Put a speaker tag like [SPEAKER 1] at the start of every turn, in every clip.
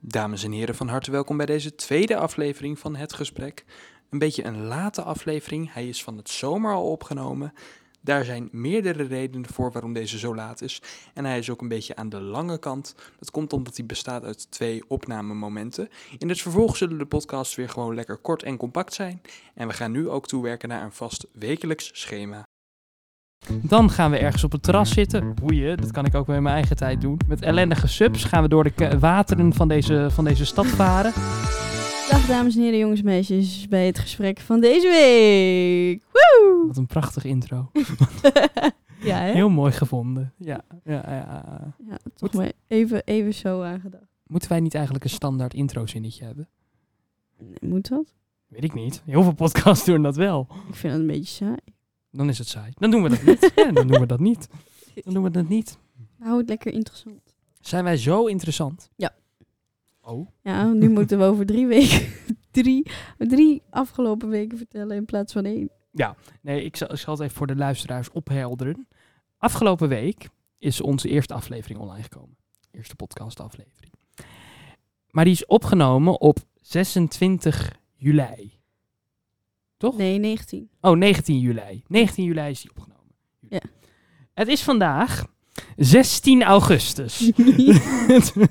[SPEAKER 1] Dames en heren, van harte welkom bij deze tweede aflevering van Het Gesprek. Een beetje een late aflevering, hij is van het zomer al opgenomen. Daar zijn meerdere redenen voor waarom deze zo laat is. En hij is ook een beetje aan de lange kant. Dat komt omdat hij bestaat uit twee opnamemomenten. In het vervolg zullen de podcasts weer gewoon lekker kort en compact zijn. En we gaan nu ook toewerken naar een vast wekelijks schema.
[SPEAKER 2] Dan gaan we ergens op het terras zitten. Boeien, dat kan ik ook weer in mijn eigen tijd doen. Met ellendige subs gaan we door de ke- wateren van deze, van deze stad varen.
[SPEAKER 3] Dag dames en heren, jongens en meisjes, bij het gesprek van deze week. Woe!
[SPEAKER 2] Wat een prachtig intro.
[SPEAKER 3] ja, hè?
[SPEAKER 2] Heel mooi gevonden. Ja, ja, ja.
[SPEAKER 3] Ja, toch maar even, even zo aangedacht.
[SPEAKER 2] Moeten wij niet eigenlijk een standaard intro-zinnetje hebben?
[SPEAKER 3] Nee, moet dat?
[SPEAKER 2] Weet ik niet. Heel veel podcasts doen dat wel.
[SPEAKER 3] Ik vind dat een beetje saai.
[SPEAKER 2] Dan is het saai. Dan doen we dat niet. Ja, dan doen we dat niet. Dan doen we dat niet.
[SPEAKER 3] Hou het lekker interessant.
[SPEAKER 2] Zijn wij zo interessant?
[SPEAKER 3] Ja.
[SPEAKER 2] Oh.
[SPEAKER 3] Ja, nu moeten we over drie weken, drie, drie afgelopen weken vertellen in plaats van één.
[SPEAKER 2] Nee, ik zal, ik zal het even voor de luisteraars ophelderen. Afgelopen week is onze eerste aflevering online gekomen. Eerste podcastaflevering. Maar die is opgenomen op 26 juli. Toch?
[SPEAKER 3] Nee, 19.
[SPEAKER 2] Oh, 19 juli. 19 juli is die opgenomen.
[SPEAKER 3] Ja.
[SPEAKER 2] Het is vandaag 16 augustus.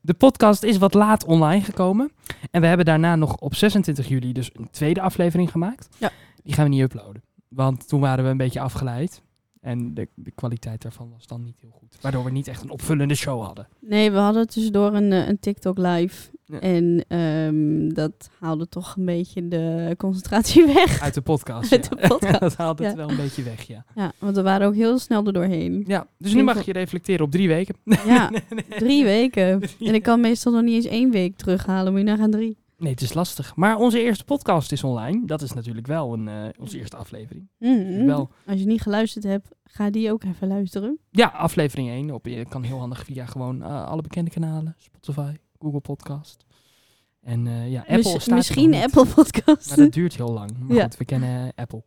[SPEAKER 2] De podcast is wat laat online gekomen. En we hebben daarna nog op 26 juli dus een tweede aflevering gemaakt.
[SPEAKER 3] Ja.
[SPEAKER 2] Die gaan we niet uploaden. Want toen waren we een beetje afgeleid. En de, de kwaliteit daarvan was dan niet heel goed. Waardoor we niet echt een opvullende show hadden.
[SPEAKER 3] Nee, we hadden tussendoor een, eh, een TikTok live.
[SPEAKER 2] Ja.
[SPEAKER 3] En ehm, dat haalde toch een beetje de concentratie weg.
[SPEAKER 2] Uit de podcast.
[SPEAKER 3] Uit
[SPEAKER 2] ja.
[SPEAKER 3] de podcast,
[SPEAKER 2] Dat haalt het
[SPEAKER 3] ja.
[SPEAKER 2] wel een beetje weg, ja.
[SPEAKER 3] Ja, want we waren ook heel snel er doorheen.
[SPEAKER 2] ja. Dus nu
[SPEAKER 3] Heel
[SPEAKER 2] mag
[SPEAKER 3] veel-
[SPEAKER 2] je reflecteren op drie weken.
[SPEAKER 3] Ja, drie weken. En ik kan meestal nog niet eens één week terughalen, maar je nagaan drie.
[SPEAKER 2] Nee, het is lastig. Maar onze eerste podcast is online. Dat is natuurlijk wel een, eh, onze eerste aflevering.
[SPEAKER 3] Mm.
[SPEAKER 2] Wel.
[SPEAKER 3] Als je niet geluisterd hebt, ga die ook even luisteren.
[SPEAKER 2] Ja, aflevering 1. Op, je kan heel handig via gewoon eh, alle bekende kanalen. Spotify, Google Podcast. En eh, ja, Apple
[SPEAKER 3] Miss-
[SPEAKER 2] staat er
[SPEAKER 3] misschien
[SPEAKER 2] nog niet,
[SPEAKER 3] Apple Podcast.
[SPEAKER 2] Maar dat duurt heel lang. Maar
[SPEAKER 3] Ja.
[SPEAKER 2] goed, we kennen eh, Apple.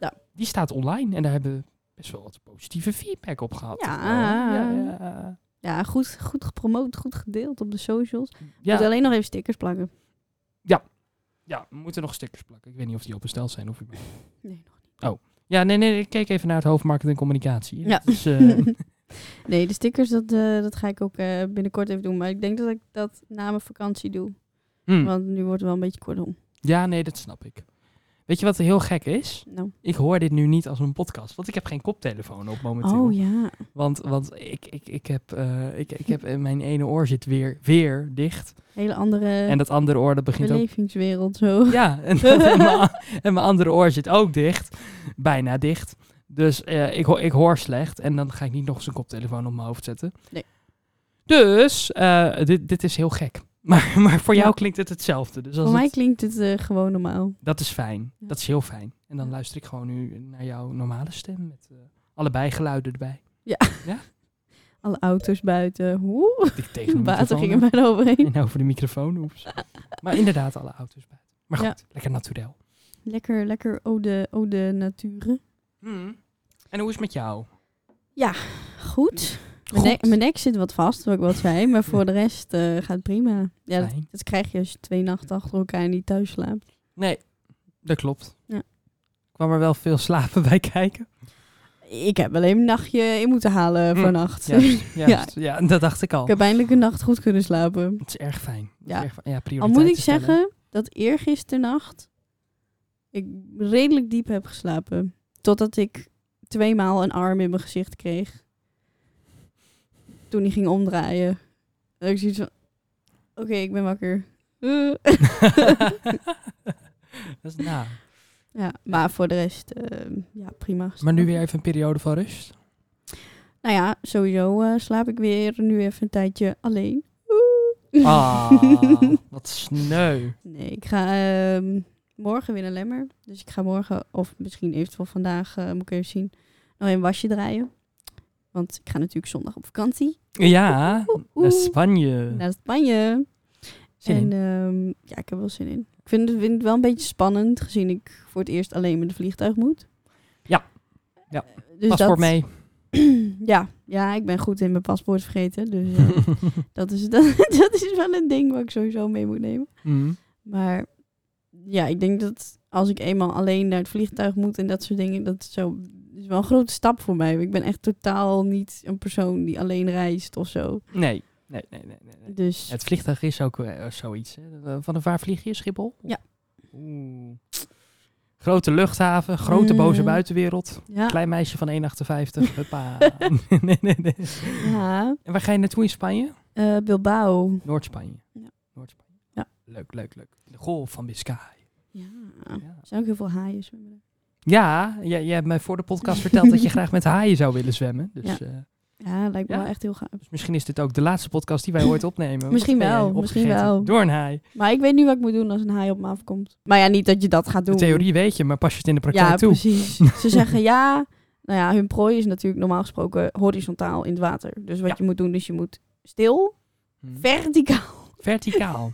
[SPEAKER 3] Ja.
[SPEAKER 2] Die staat online en daar hebben we best wel wat positieve feedback op gehad. Oh,
[SPEAKER 3] Ja.
[SPEAKER 2] Ja, ja.
[SPEAKER 3] Ja, goed, goed gepromoot, goed gedeeld op de socials. Je
[SPEAKER 2] ja,
[SPEAKER 3] moet alleen nog even stickers plakken.
[SPEAKER 2] ja, we moeten nog stickers plakken. Ik weet niet of die opbesteld zijn of überhaupt.
[SPEAKER 3] Nee, nog niet.
[SPEAKER 2] Ja, nee, nee, ik keek even naar het hoofdmarketing en communicatie.
[SPEAKER 3] Ja.
[SPEAKER 2] Dat is, eh,
[SPEAKER 3] nee, de stickers, dat, eh, dat ga ik ook eh, binnenkort even doen. Maar ik denk dat ik dat na mijn vakantie doe.
[SPEAKER 2] hmm.
[SPEAKER 3] Want nu wordt het wel een beetje kortom.
[SPEAKER 2] Ja, nee, dat snap ik. Weet je wat heel gek is?
[SPEAKER 3] Nou.
[SPEAKER 2] Ik hoor dit nu niet als een podcast, want ik heb geen koptelefoon op momenteel.
[SPEAKER 3] Oh ja.
[SPEAKER 2] Want, want ik, ik, ik, heb, eh, ik, ik heb eh, mijn ene oor zit weer, weer dicht.
[SPEAKER 3] Hele andere
[SPEAKER 2] En dat andere oor dat begint ook.
[SPEAKER 3] belevingswereld zo.
[SPEAKER 2] Ja, en, en, mijn, a- en mijn andere oor zit ook dicht. Bijna dicht. Dus eh, ik, ho- ik hoor slecht. En dan ga ik niet nog eens een koptelefoon op mijn hoofd zetten.
[SPEAKER 3] Nee.
[SPEAKER 2] Dus eh, dit, dit is heel gek. Maar, maar voor jou
[SPEAKER 3] Ja.
[SPEAKER 2] klinkt het hetzelfde. Dus als
[SPEAKER 3] Voor mij
[SPEAKER 2] het-
[SPEAKER 3] klinkt het eh, gewoon normaal.
[SPEAKER 2] Dat is fijn.
[SPEAKER 3] Ja.
[SPEAKER 2] Dat is heel fijn. En dan
[SPEAKER 3] Ja.
[SPEAKER 2] luister ik gewoon nu naar jouw normale stem met eh, allebei geluiden erbij.
[SPEAKER 3] Alle auto's buiten. Oeh,
[SPEAKER 2] Ik tegen de
[SPEAKER 3] water
[SPEAKER 2] microfoon
[SPEAKER 3] ging er bijna overheen.
[SPEAKER 2] en over de microfoon. Oeps. maar inderdaad, alle auto's buiten. Maar
[SPEAKER 3] Ja.
[SPEAKER 2] goed, lekker naturel.
[SPEAKER 3] Lekker, lekker ode, ode nature. Hmm.
[SPEAKER 2] En hoe is het met jou?
[SPEAKER 3] Goed.
[SPEAKER 2] Goed.
[SPEAKER 3] Mijn, nek, mijn nek zit wat vast, wat ik wat zei. Maar voor de rest eh, gaat het prima. Ja, dat,
[SPEAKER 2] Fijn.
[SPEAKER 3] dat krijg je als je twee nachten achter elkaar niet thuis slaapt.
[SPEAKER 2] Nee, dat klopt.
[SPEAKER 3] Ja.
[SPEAKER 2] Kwam er wel veel slapen bij kijken.
[SPEAKER 3] Ik heb alleen een nachtje in moeten halen
[SPEAKER 2] Hm,
[SPEAKER 3] vannacht.
[SPEAKER 2] Juist, juist. Ja. dat dacht ik al.
[SPEAKER 3] ik heb eindelijk een nacht goed kunnen slapen.
[SPEAKER 2] Het is erg fijn. Dat is
[SPEAKER 3] Ja.
[SPEAKER 2] erg fijn. ja
[SPEAKER 3] Al moet ik
[SPEAKER 2] prioriteiten stellen.
[SPEAKER 3] zeggen dat eergisternacht ik redelijk diep heb geslapen. Totdat ik tweemaal een arm in mijn gezicht kreeg. Toen die ging omdraaien. Dat ik zoiets van... Oké, ik ben wakker. Eh.
[SPEAKER 2] dat is na.
[SPEAKER 3] Ja, maar voor de rest, eh, ja, prima.
[SPEAKER 2] Maar nu weer even een periode van rust.
[SPEAKER 3] Nou ja, sowieso eh, slaap ik weer nu even een tijdje alleen.
[SPEAKER 2] Ah, wat sneu.
[SPEAKER 3] nee, ik ga ehm, morgen weer naar Lemmer. Dus ik ga morgen, of misschien eventueel vandaag, eh, moet ik even zien, nog een wasje draaien. Want ik ga natuurlijk zondag op vakantie
[SPEAKER 2] Ja,
[SPEAKER 3] Oeh, oeh.
[SPEAKER 2] naar Spanje.
[SPEAKER 3] naar Spanje.
[SPEAKER 2] Zin in.
[SPEAKER 3] en ehm, ja, ik heb wel zin in. Ik vind het, vind het wel een beetje spannend, gezien ik voor het eerst alleen met een vliegtuig moet.
[SPEAKER 2] Ja. Ja.
[SPEAKER 3] Eh, Dus
[SPEAKER 2] Paspoort
[SPEAKER 3] dat-
[SPEAKER 2] mee.
[SPEAKER 3] ja, ja, ik ben goed in mijn paspoort vergeten. Dus eh, dat, is, dat, dat is wel een ding wat ik sowieso mee moet nemen.
[SPEAKER 2] Mhm.
[SPEAKER 3] Maar ja, ik denk dat als ik eenmaal alleen naar het vliegtuig moet en dat soort dingen, dat is, zo, is wel een grote stap voor mij. Ik ben echt totaal niet een persoon die alleen reist of zo.
[SPEAKER 2] nee. Nee, nee, nee, nee, nee.
[SPEAKER 3] Dus
[SPEAKER 2] Het vliegtuig is ook eh, zoiets. Hè? Eh, Van een waar vlieg je? Schiphol?
[SPEAKER 3] Ja.
[SPEAKER 2] Oeh. Grote luchthaven, grote boze
[SPEAKER 3] Mm. Ah.
[SPEAKER 2] buitenwereld.
[SPEAKER 3] ja,
[SPEAKER 2] Klein meisje van 1,58. Huppa. nee, nee, nee.
[SPEAKER 3] ja
[SPEAKER 2] En waar ga je naartoe in Spanje?
[SPEAKER 3] eh, Bilbao.
[SPEAKER 2] Noord-Spanje.
[SPEAKER 3] Ja.
[SPEAKER 2] Noord-Spanje.
[SPEAKER 3] Ja.
[SPEAKER 2] Leuk, leuk, leuk. De golf van Biscay.
[SPEAKER 3] Ja,
[SPEAKER 2] Ja.
[SPEAKER 3] zijn ook heel veel haaien zwemmen.
[SPEAKER 2] Ja, jij, jij hebt mij voor de podcast verteld dat je graag met haaien zou willen zwemmen. Dus,
[SPEAKER 3] Ja.
[SPEAKER 2] eh,
[SPEAKER 3] Ja, lijkt me
[SPEAKER 2] Ja?
[SPEAKER 3] wel echt heel gaaf.
[SPEAKER 2] dus misschien is dit ook de laatste podcast die wij ooit opnemen. Want
[SPEAKER 3] Misschien
[SPEAKER 2] ben jij
[SPEAKER 3] wel, misschien
[SPEAKER 2] opgegeten
[SPEAKER 3] wel.
[SPEAKER 2] Door een haai.
[SPEAKER 3] Maar ik weet nu wat ik moet doen als een haai op me afkomt. Maar ja, niet dat je dat gaat
[SPEAKER 2] De
[SPEAKER 3] doen.
[SPEAKER 2] theorie weet je, maar pas je het in de praktijk
[SPEAKER 3] ja,
[SPEAKER 2] toe.
[SPEAKER 3] precies. Ze zeggen ja. Nou ja, hun prooi is natuurlijk normaal gesproken horizontaal in het water. Dus wat
[SPEAKER 2] Ja.
[SPEAKER 3] je moet doen, is je moet stil,
[SPEAKER 2] Hm.
[SPEAKER 3] verticaal
[SPEAKER 2] Verticaal.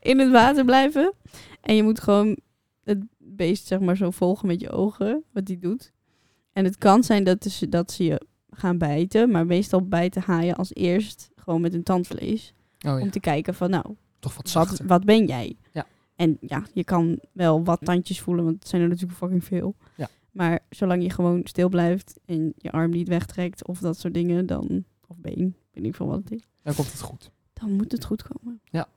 [SPEAKER 3] in het water blijven. En je moet gewoon het beest zeg maar zo volgen met je ogen, wat die doet. En het kan zijn dat ze, dat ze je gaan bijten, maar meestal bijten haaien als eerst gewoon met hun tandvlees.
[SPEAKER 2] Oh ja,
[SPEAKER 3] Om te kijken van nou,
[SPEAKER 2] toch wat
[SPEAKER 3] wat,
[SPEAKER 2] zachter.
[SPEAKER 3] wat ben jij?
[SPEAKER 2] Ja.
[SPEAKER 3] En ja, je kan wel wat tandjes voelen, want het zijn er natuurlijk fucking veel.
[SPEAKER 2] Ja.
[SPEAKER 3] Maar zolang je gewoon stil blijft en je arm niet wegtrekt of dat soort dingen, dan, of been, weet ik veel wat het is,
[SPEAKER 2] Dan komt het goed.
[SPEAKER 3] dan moet het goed komen.
[SPEAKER 2] Ja,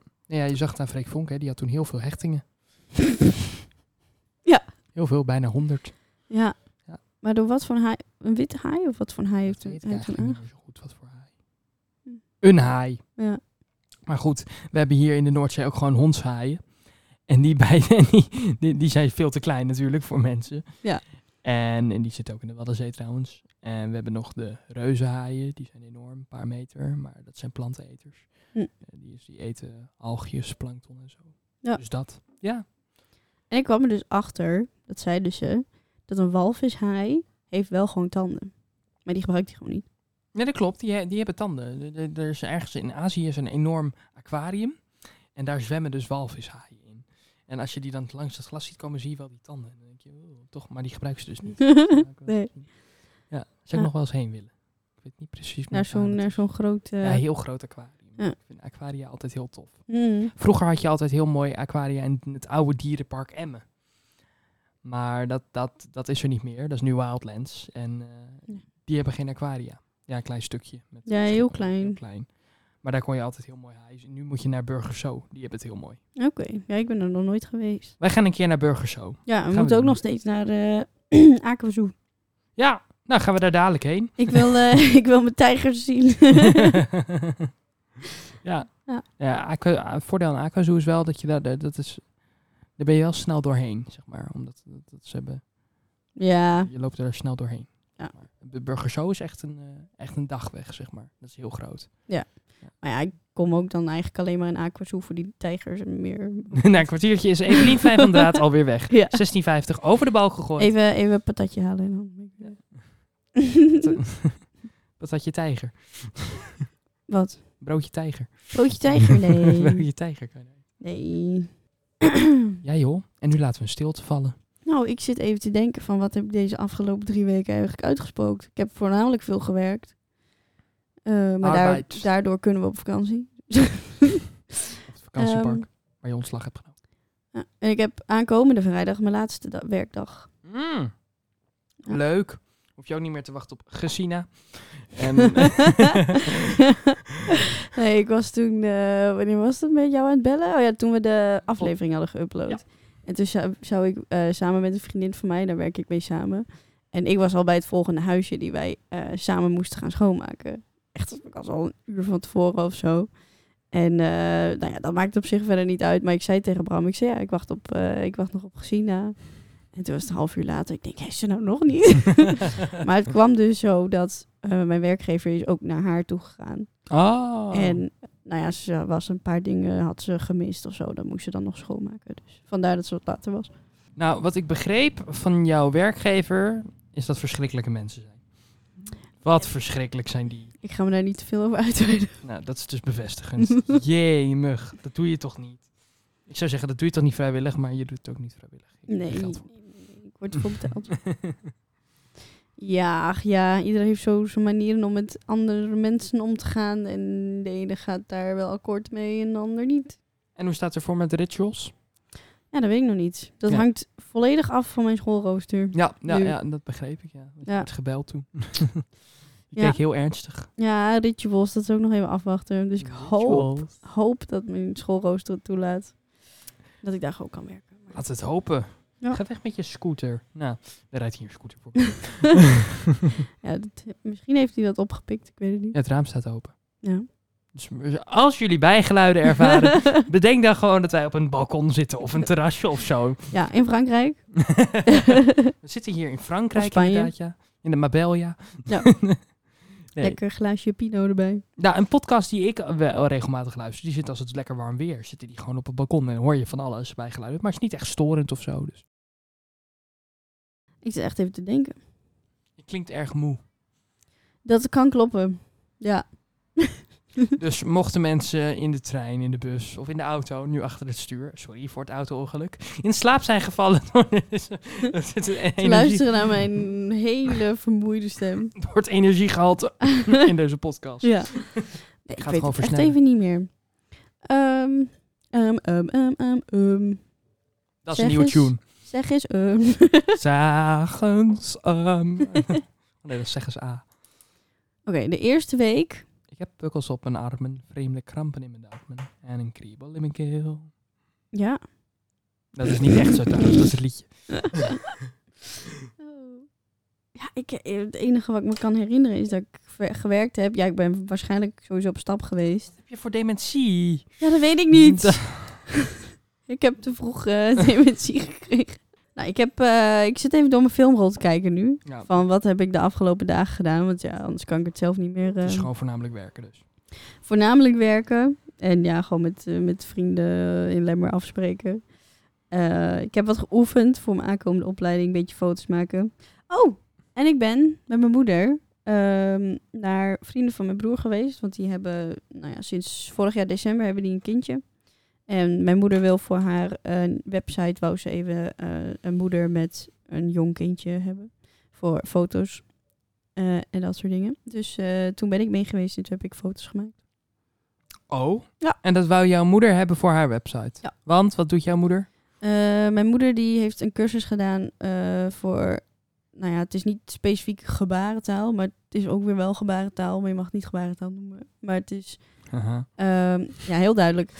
[SPEAKER 2] je zag het aan Freek Vonk, hè, die had toen heel veel hechtingen.
[SPEAKER 3] Ja.
[SPEAKER 2] Heel veel, bijna 100.
[SPEAKER 3] Ja.
[SPEAKER 2] Ja.
[SPEAKER 3] Maar door wat voor haai? Een witte haai of wat voor haai
[SPEAKER 2] Dat
[SPEAKER 3] heeft hij
[SPEAKER 2] weet ik
[SPEAKER 3] heeft
[SPEAKER 2] eigenlijk
[SPEAKER 3] toen
[SPEAKER 2] niet
[SPEAKER 3] aange-
[SPEAKER 2] meer zo goed wat voor haai.
[SPEAKER 3] Hm.
[SPEAKER 2] Een haai.
[SPEAKER 3] Ja.
[SPEAKER 2] Maar goed, we hebben hier in de Noordzee ook gewoon hondshaaien. En die, bij, en die, die, die zijn veel te klein natuurlijk voor mensen.
[SPEAKER 3] Ja.
[SPEAKER 2] En, en die zitten ook in de Waddenzee trouwens. En we hebben nog de reuzenhaaien. Die zijn enorm, een paar meter. Maar dat zijn planteneters.
[SPEAKER 3] Hm.
[SPEAKER 2] Eh, die, is- die eten algjes, plankton en zo.
[SPEAKER 3] Ja.
[SPEAKER 2] Dus dat. Ja.
[SPEAKER 3] En ik kwam er dus achter, dat zeiden ze, dat een walvishaai heeft wel gewoon tanden. Maar die gebruikt hij gewoon niet.
[SPEAKER 2] Nee, dat klopt. Die, he- die hebben tanden. De- de- Er is ergens in Azië is een enorm aquarium. En daar zwemmen dus walvishaaien in. En als je die dan langs het glas ziet komen, zie je wel die tanden. En dan denk je, "Oh, toch, maar die gebruiken ze dus niet. dus
[SPEAKER 3] Nee.
[SPEAKER 2] Ja, zou ik
[SPEAKER 3] Ja.
[SPEAKER 2] nog wel eens heen willen. Ik weet niet precies. meer
[SPEAKER 3] Naar
[SPEAKER 2] waar
[SPEAKER 3] zo'n
[SPEAKER 2] het
[SPEAKER 3] naar
[SPEAKER 2] is.
[SPEAKER 3] zo'n grote...
[SPEAKER 2] Ja, heel groot aquarium.
[SPEAKER 3] Ja.
[SPEAKER 2] Ik vind aquaria altijd heel tof.
[SPEAKER 3] Hmm.
[SPEAKER 2] Vroeger had je altijd heel mooi aquaria in het oude dierenpark Emmen. Maar dat, dat, dat is er niet meer. Dat is nu Wildlands. En eh,
[SPEAKER 3] Ja.
[SPEAKER 2] die hebben geen aquaria. Ja, een klein stukje. Met
[SPEAKER 3] Ja, heel
[SPEAKER 2] schimmel,
[SPEAKER 3] klein.
[SPEAKER 2] Maar daar kon je altijd heel mooi haaien. Nu moet je naar Burgers Zoo. Die hebben het heel mooi.
[SPEAKER 3] Oké, ja, ik ben er nog nooit geweest.
[SPEAKER 2] Wij gaan een keer naar Burgers Zoo.
[SPEAKER 3] Ja, we
[SPEAKER 2] we
[SPEAKER 3] moeten ook
[SPEAKER 2] doen.
[SPEAKER 3] nog steeds naar eh Aquazoo.
[SPEAKER 2] Ja, nou gaan we daar dadelijk heen.
[SPEAKER 3] Ik wil, eh, ik wil mijn tijgers zien.
[SPEAKER 2] ja.
[SPEAKER 3] Ja.
[SPEAKER 2] ja. aqua- a- voordeel aan Aquazoo is wel dat je daar, daar- dat is, daar ben je wel snel doorheen, zeg maar. Omdat dat, dat ze hebben,
[SPEAKER 3] ja,
[SPEAKER 2] je loopt er snel doorheen.
[SPEAKER 3] Ja.
[SPEAKER 2] Maar de Burger Show is echt een, eh, echt een dagweg, zeg maar. Dat is heel groot.
[SPEAKER 3] maar ja, ik kom ook dan eigenlijk alleen maar in Aquazoo voor die tijgers en meer.
[SPEAKER 2] Na een kwartiertje is Evelien Fijn van Draat alweer weg.
[SPEAKER 3] Ja.
[SPEAKER 2] 16,50 over de bal gegooid.
[SPEAKER 3] Even, even een patatje halen en dan ben ik weer-
[SPEAKER 2] Wat had je tijger?
[SPEAKER 3] Wat?
[SPEAKER 2] Broodje tijger.
[SPEAKER 3] Broodje tijger? Nee.
[SPEAKER 2] Broodje tijger. kan je-
[SPEAKER 3] nee.
[SPEAKER 2] Ja joh. En nu laten we een stilte vallen.
[SPEAKER 3] nou, ik zit even te denken van wat heb ik deze afgelopen drie weken eigenlijk uitgespookt. Ik heb voornamelijk veel gewerkt. Eh, maar daar,
[SPEAKER 2] Arbeid.
[SPEAKER 3] daardoor kunnen we op vakantie.
[SPEAKER 2] Op het vakantiepark.
[SPEAKER 3] Ehm.
[SPEAKER 2] waar je ontslag hebt genomen.
[SPEAKER 3] Ja, en ik heb aankomende vrijdag mijn laatste da- werkdag.
[SPEAKER 2] Mm.
[SPEAKER 3] Ja.
[SPEAKER 2] Leuk. Hoef je ook niet meer te wachten op Gesina. En,
[SPEAKER 3] nee, ik was toen, eh, wanneer was dat met jou aan het bellen? Oh ja, toen we de aflevering hadden geüpload.
[SPEAKER 2] Ja.
[SPEAKER 3] En toen zou, zou ik eh, samen met een vriendin van mij, daar werk ik mee samen. En ik was al bij het volgende huisje die wij eh, samen moesten gaan schoonmaken. Echt, dat was al een uur van tevoren of zo. En eh, nou ja, dat maakt op zich verder niet uit. Maar ik zei tegen Bram, ik zei ja, ik wacht, op, eh, ik wacht nog op Gesina. En toen was het een half uur later. Ik denk, is ze nou nog niet? Maar het kwam dus zo dat eh, mijn werkgever is ook naar haar toe gegaan.
[SPEAKER 2] oh.
[SPEAKER 3] En nou ja, ze was een paar dingen had ze gemist of zo. Dan moest ze dan nog schoonmaken. Dus vandaar dat ze wat later was.
[SPEAKER 2] Nou, wat ik begreep van jouw werkgever is dat verschrikkelijke mensen zijn. Wat verschrikkelijk zijn die.
[SPEAKER 3] Ik ga me daar niet te veel over uitweiden.
[SPEAKER 2] Nou, dat is dus bevestigend. Jemig, dat doe je toch niet. Ik zou zeggen, dat doe je toch niet vrijwillig, maar je doet het ook niet vrijwillig. Ik heb er
[SPEAKER 3] Nee,
[SPEAKER 2] geld voor.
[SPEAKER 3] ik word ervoor betaald. Ja, ach ja, iedereen heeft zo zijn manieren om met andere mensen om te gaan. En de ene gaat daar wel akkoord mee en de ander niet.
[SPEAKER 2] En hoe staat het ervoor met de rituals?
[SPEAKER 3] Ja, dat weet ik nog niet. Dat
[SPEAKER 2] Ja.
[SPEAKER 3] hangt volledig af van mijn schoolrooster.
[SPEAKER 2] Ja, ja,
[SPEAKER 3] Nu.
[SPEAKER 2] ja dat begreep ik. Ja. Je
[SPEAKER 3] Ja.
[SPEAKER 2] werd gebeld toen. je
[SPEAKER 3] Ja.
[SPEAKER 2] keek heel ernstig.
[SPEAKER 3] Ja, rituals, dat is ook nog even afwachten. Dus ik hoop,
[SPEAKER 2] Rituals.
[SPEAKER 3] hoop dat mijn schoolrooster het toelaat. Dat ik daar gewoon kan werken.
[SPEAKER 2] Laat het hopen.
[SPEAKER 3] Ja.
[SPEAKER 2] Ga weg met je scooter. Nou, daar rijdt hier een scooter voor.
[SPEAKER 3] Ja, dat, misschien heeft hij dat opgepikt, ik weet het niet.
[SPEAKER 2] Ja, het raam staat open.
[SPEAKER 3] Ja.
[SPEAKER 2] Dus als jullie bijgeluiden ervaren, bedenk dan gewoon dat wij op een balkon zitten of een terrasje of zo.
[SPEAKER 3] ja, in Frankrijk.
[SPEAKER 2] We zitten hier in Frankrijk
[SPEAKER 3] Of Spanje.
[SPEAKER 2] inderdaad, ja. In de Mabelja.
[SPEAKER 3] Ja.
[SPEAKER 2] Nee.
[SPEAKER 3] Lekker glaasje Pinot erbij.
[SPEAKER 2] Nou, een podcast die ik wel regelmatig luister, die zit als het lekker warm weer, zitten die gewoon op het balkon en hoor je van alles bij geluiden. Maar het is niet echt storend of zo. Dus.
[SPEAKER 3] Ik zit echt even te denken.
[SPEAKER 2] Je klinkt erg moe.
[SPEAKER 3] Dat kan kloppen. Ja.
[SPEAKER 2] Dus mochten mensen in de trein, in de bus of in de auto, nu achter het stuur, sorry voor het auto-ongeluk, in slaap zijn gevallen door,
[SPEAKER 3] Te
[SPEAKER 2] energie,
[SPEAKER 3] luisteren naar mijn hele vermoeide stem.
[SPEAKER 2] door het energiegehalte in deze podcast.
[SPEAKER 3] ja. Nee, ik,
[SPEAKER 2] ga het
[SPEAKER 3] weet
[SPEAKER 2] gewoon
[SPEAKER 3] het echt
[SPEAKER 2] versnellen.
[SPEAKER 3] even niet meer. Ehm, ehm, ehm, ehm, ehm, ehm.
[SPEAKER 2] Dat is
[SPEAKER 3] Zeg
[SPEAKER 2] een nieuwe
[SPEAKER 3] eens.
[SPEAKER 2] tune.
[SPEAKER 3] Zeg eens ehm.
[SPEAKER 2] Zagens. ehm. nee, dat zeggen ze A.
[SPEAKER 3] Oké, de eerste week.
[SPEAKER 2] Ik heb pukkels op mijn armen, vreemde krampen in mijn darmen en een kriebel in mijn keel.
[SPEAKER 3] Ja.
[SPEAKER 2] Dat is niet echt zo thuis, dat is het liedje.
[SPEAKER 3] Oh. Ja, ik, eh, het enige wat ik me kan herinneren is dat ik ver- gewerkt heb. Ja, ik ben waarschijnlijk sowieso op stap geweest.
[SPEAKER 2] Heb je voor dementie?
[SPEAKER 3] Ja, dat weet ik niet.
[SPEAKER 2] Dat-
[SPEAKER 3] Ik heb te vroeg eh dementie gekregen. Nou, ik, heb, eh, ik zit even door mijn filmrol te kijken nu.
[SPEAKER 2] Ja,
[SPEAKER 3] Van wat heb ik de afgelopen dagen gedaan? Want ja, anders kan ik het zelf niet meer.
[SPEAKER 2] het is
[SPEAKER 3] eh,
[SPEAKER 2] gewoon voornamelijk werken dus.
[SPEAKER 3] voornamelijk werken. En ja, gewoon met, eh, met vrienden in Lemmer afspreken. Eh, ik heb wat geoefend voor mijn aankomende opleiding. Een beetje foto's maken. Oh, en ik ben met mijn moeder ehm, naar vrienden van mijn broer geweest. Want die hebben, nou ja, sinds vorig jaar december hebben die een kindje. En mijn moeder wil voor haar eh, website, wou ze even eh, een moeder met een jong kindje hebben. Voor foto's eh, en dat soort dingen. Dus eh, toen ben ik mee geweest en toen heb ik foto's gemaakt.
[SPEAKER 2] Oh?
[SPEAKER 3] Ja.
[SPEAKER 2] En dat wou jouw moeder hebben voor haar website?
[SPEAKER 3] Ja.
[SPEAKER 2] Want, wat doet jouw moeder?
[SPEAKER 3] Eh, mijn moeder die heeft een cursus gedaan eh, voor, nou ja, het is niet specifiek gebarentaal, maar het is ook weer wel gebarentaal, maar je mag het niet gebarentaal noemen. Maar het is,
[SPEAKER 2] Aha.
[SPEAKER 3] ehm, ja, heel duidelijk.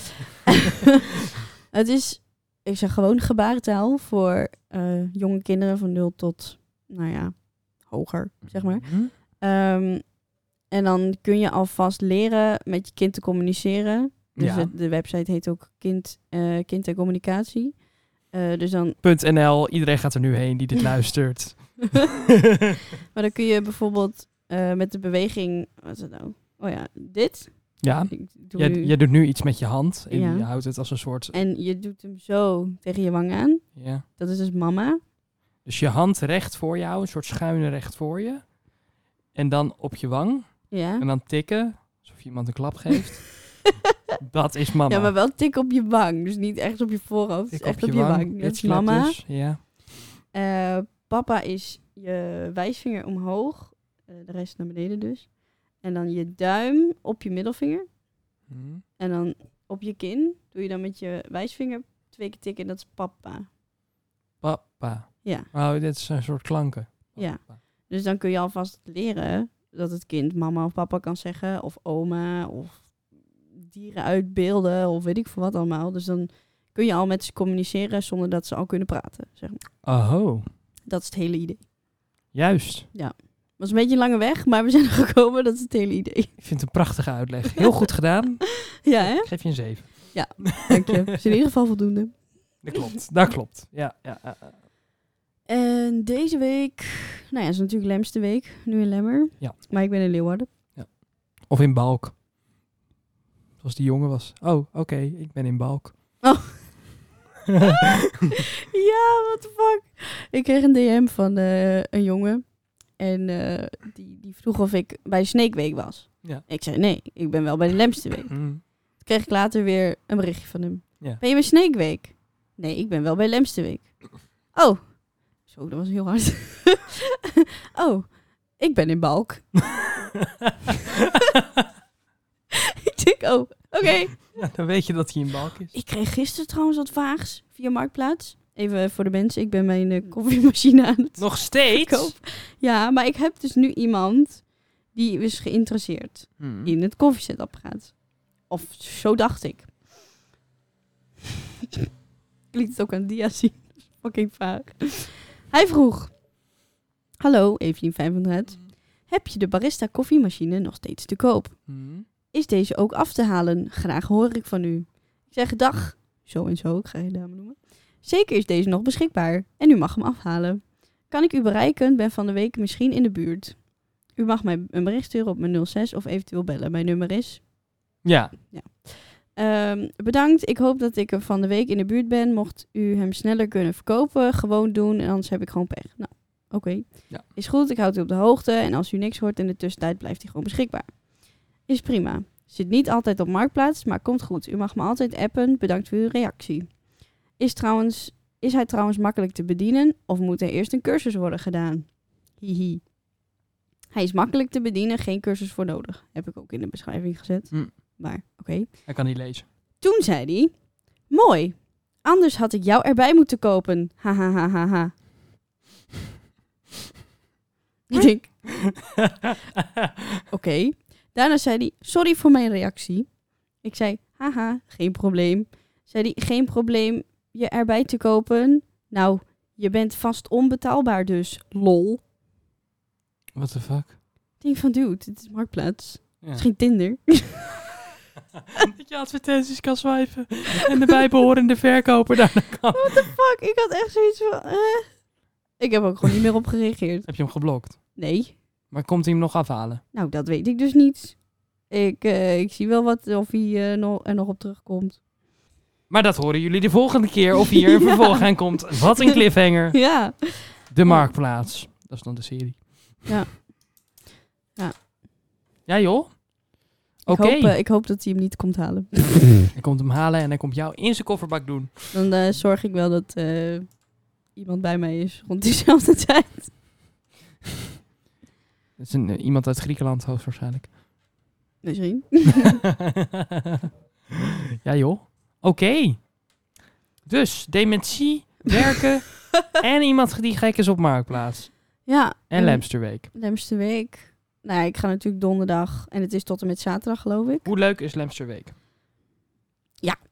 [SPEAKER 3] het is, ik zeg gewoon gebarentaal voor eh, jonge kinderen van 0 tot, nou ja, hoger, zeg maar.
[SPEAKER 1] Mhm.
[SPEAKER 2] Hm?
[SPEAKER 3] Ehm, en dan kun je alvast leren met je kind te communiceren. Dus
[SPEAKER 2] Ja.
[SPEAKER 3] het- de website heet ook Kind, eh, kind en Communicatie. Eh, dus dan
[SPEAKER 2] Punt .nl, iedereen gaat er nu heen die dit luistert.
[SPEAKER 3] Maar dan kun je bijvoorbeeld eh, met de beweging, wat is het nou? Oh ja, dit.
[SPEAKER 2] ja,
[SPEAKER 3] Ik doe
[SPEAKER 2] jij,
[SPEAKER 3] nu-
[SPEAKER 2] jij doet nu iets met je hand en
[SPEAKER 3] Ja.
[SPEAKER 2] je houdt het als een soort...
[SPEAKER 3] En je doet hem zo tegen je wang aan.
[SPEAKER 2] Ja.
[SPEAKER 3] Dat is dus mama.
[SPEAKER 2] Dus je hand recht voor jou, een soort schuine recht voor je. En dan op je wang.
[SPEAKER 3] Ja.
[SPEAKER 2] En dan tikken, alsof je iemand een klap geeft. dat is mama.
[SPEAKER 3] Ja, maar wel tik op je wang. Dus niet echt op je voorhoofd. dus
[SPEAKER 2] Tik
[SPEAKER 3] echt op, je wang. Dat is
[SPEAKER 2] bitchlap
[SPEAKER 3] mama.
[SPEAKER 2] dus, Ja.
[SPEAKER 3] Eh, papa is je wijsvinger omhoog. eh, de rest naar beneden dus. En dan je duim op je middelvinger.
[SPEAKER 2] Hm.
[SPEAKER 3] En dan op je kin doe je dan met je wijsvinger twee keer tikken. Dat is papa.
[SPEAKER 2] Papa.
[SPEAKER 3] Ja.
[SPEAKER 2] Oh, dit zijn een soort klanken.
[SPEAKER 3] Ja.
[SPEAKER 2] Papa.
[SPEAKER 3] Dus dan kun je alvast leren dat het kind mama of papa kan zeggen, of oma, of dieren uitbeelden, of weet ik veel wat allemaal. Dus dan kun je al met ze communiceren zonder dat ze al kunnen praten. Zeg maar.
[SPEAKER 2] Aho,
[SPEAKER 3] Dat is het hele idee.
[SPEAKER 2] Oh, juist.
[SPEAKER 3] was een beetje een lange weg, maar we zijn er gekomen. Dat is het hele idee.
[SPEAKER 2] Ik vind het een prachtige uitleg. Heel goed gedaan.
[SPEAKER 3] Ja, hè?
[SPEAKER 2] Ik geef je een 7.
[SPEAKER 3] Dank je. is in ieder geval voldoende.
[SPEAKER 2] Dat klopt. Dat klopt. Ja, ja, ja, ja.
[SPEAKER 3] En deze week, nou ja, het is natuurlijk Lemste week, nu in Lemmer.
[SPEAKER 2] Ja.
[SPEAKER 3] Maar ik ben in Leeuwarden.
[SPEAKER 2] Of in balk. Zoals die jongen was. Oh, oké. ik ben in balk.
[SPEAKER 3] Oh. ja, what the fuck. Ik kreeg een DM van eh, een jongen. En eh, die, die vroeg of ik bij de Snake Week was.
[SPEAKER 2] Ja.
[SPEAKER 3] Ik zei nee, ik ben wel bij de Lemste Week.
[SPEAKER 2] Hm.
[SPEAKER 3] Toen kreeg ik later weer een berichtje van hem.
[SPEAKER 2] Ja.
[SPEAKER 3] Ben je bij Snake Week? Nee, ik ben wel bij Lemste Week. Oh, Zo, dat was heel hard. oh, ik ben in balk.
[SPEAKER 2] Hm.
[SPEAKER 3] ik denk, oh, oké.
[SPEAKER 2] Ja, dan weet je dat hij een balk is.
[SPEAKER 3] Ik kreeg gisteren trouwens wat vaags via Marktplaats. Even voor de mensen, ik ben mijn eh, koffiemachine aan het
[SPEAKER 2] Nog steeds?
[SPEAKER 3] verkopen. Ja, maar ik heb dus nu iemand die is geïnteresseerd
[SPEAKER 2] Hm.
[SPEAKER 1] Hmm.
[SPEAKER 3] in het koffiezetapparaat. Of zo dacht ik. ik liet het ook aan Dia zien. Dat is Fucking vaag. Hij vroeg. Hallo, Evelien 500. Heb je de barista koffiemachine nog steeds te koop?
[SPEAKER 2] Hmm.
[SPEAKER 3] Is deze ook af te halen? Graag hoor ik van u. Ik zeg dag, zo en zo, ik ga je dame noemen. Zeker is deze nog beschikbaar en u mag hem afhalen. Kan ik u bereiken? Ben van de week misschien in de buurt. U mag mij een bericht sturen op mijn 06 of eventueel bellen. Mijn nummer is.
[SPEAKER 2] Ja,
[SPEAKER 3] Ehm, bedankt, ik hoop dat ik er van de week in de buurt ben. Mocht u hem sneller kunnen verkopen, gewoon doen en anders heb ik gewoon pech. Nou, oké.
[SPEAKER 1] Ja.
[SPEAKER 3] Is goed, ik houd u op de hoogte en als u niks hoort in de tussentijd blijft hij gewoon beschikbaar. Is prima. Zit niet altijd op Marktplaats, maar komt goed. U mag me altijd appen. Bedankt voor uw reactie. Is, trouwens, is hij trouwens makkelijk te bedienen of moet er eerst een cursus worden gedaan? Hihi. Hij is makkelijk te bedienen, geen cursus voor nodig. Heb ik ook in de beschrijving gezet.
[SPEAKER 1] Hm.
[SPEAKER 3] Maar oké.
[SPEAKER 2] hij kan niet lezen.
[SPEAKER 3] Toen zei hij: Mooi, anders had ik jou erbij moeten kopen. Ha ha ha ha ha. Ik denk: Oké. Daarna zei hij: Sorry voor mijn reactie. Ik zei: Haha, geen probleem. Zei hij: Geen probleem je erbij te kopen. Nou, je bent vast onbetaalbaar dus. Lol.
[SPEAKER 2] What the fuck?
[SPEAKER 3] Ik denk van dude, dit is marktplaats.
[SPEAKER 2] Ja.
[SPEAKER 3] Het is geen Tinder.
[SPEAKER 2] dat je advertenties kan swipen en de bijbehorende verkoper daarna kan.
[SPEAKER 3] What the fuck? Ik had echt zoiets van. eh. Ik heb ook gewoon niet meer op gereageerd.
[SPEAKER 2] Heb je hem geblokt?
[SPEAKER 3] Nee.
[SPEAKER 2] Maar komt hij hem nog afhalen?
[SPEAKER 3] Nou, dat weet ik dus niet. Ik, eh, ik zie wel wat of hij eh, nog, er nog op terugkomt.
[SPEAKER 2] Maar dat horen jullie de volgende keer of hier een
[SPEAKER 3] Ja.
[SPEAKER 2] vervolg aan komt. Wat een cliffhanger.
[SPEAKER 3] Ja.
[SPEAKER 2] De Marktplaats. Dat is dan de serie.
[SPEAKER 3] Ja. Ja.
[SPEAKER 2] Ja, joh. Oké.
[SPEAKER 3] Ik, hoop, eh, ik hoop dat hij hem niet komt halen.
[SPEAKER 2] Hij komt hem halen en hij komt jou in zijn kofferbak doen.
[SPEAKER 3] Dan eh, zorg ik wel dat eh, iemand bij mij is rond diezelfde tijd.
[SPEAKER 2] Dat is een, eh, iemand uit Griekenland hoogstwaarschijnlijk.
[SPEAKER 3] Misschien.
[SPEAKER 2] ja, joh. Oké. Dus, dementie, werken en iemand die gek is op Marktplaats.
[SPEAKER 3] Ja.
[SPEAKER 2] En Lemsterweek.
[SPEAKER 3] Lemste week. Nou, ja, ik ga natuurlijk donderdag. En het is tot en met zaterdag, geloof ik.
[SPEAKER 2] Hoe leuk is Lemsterweek?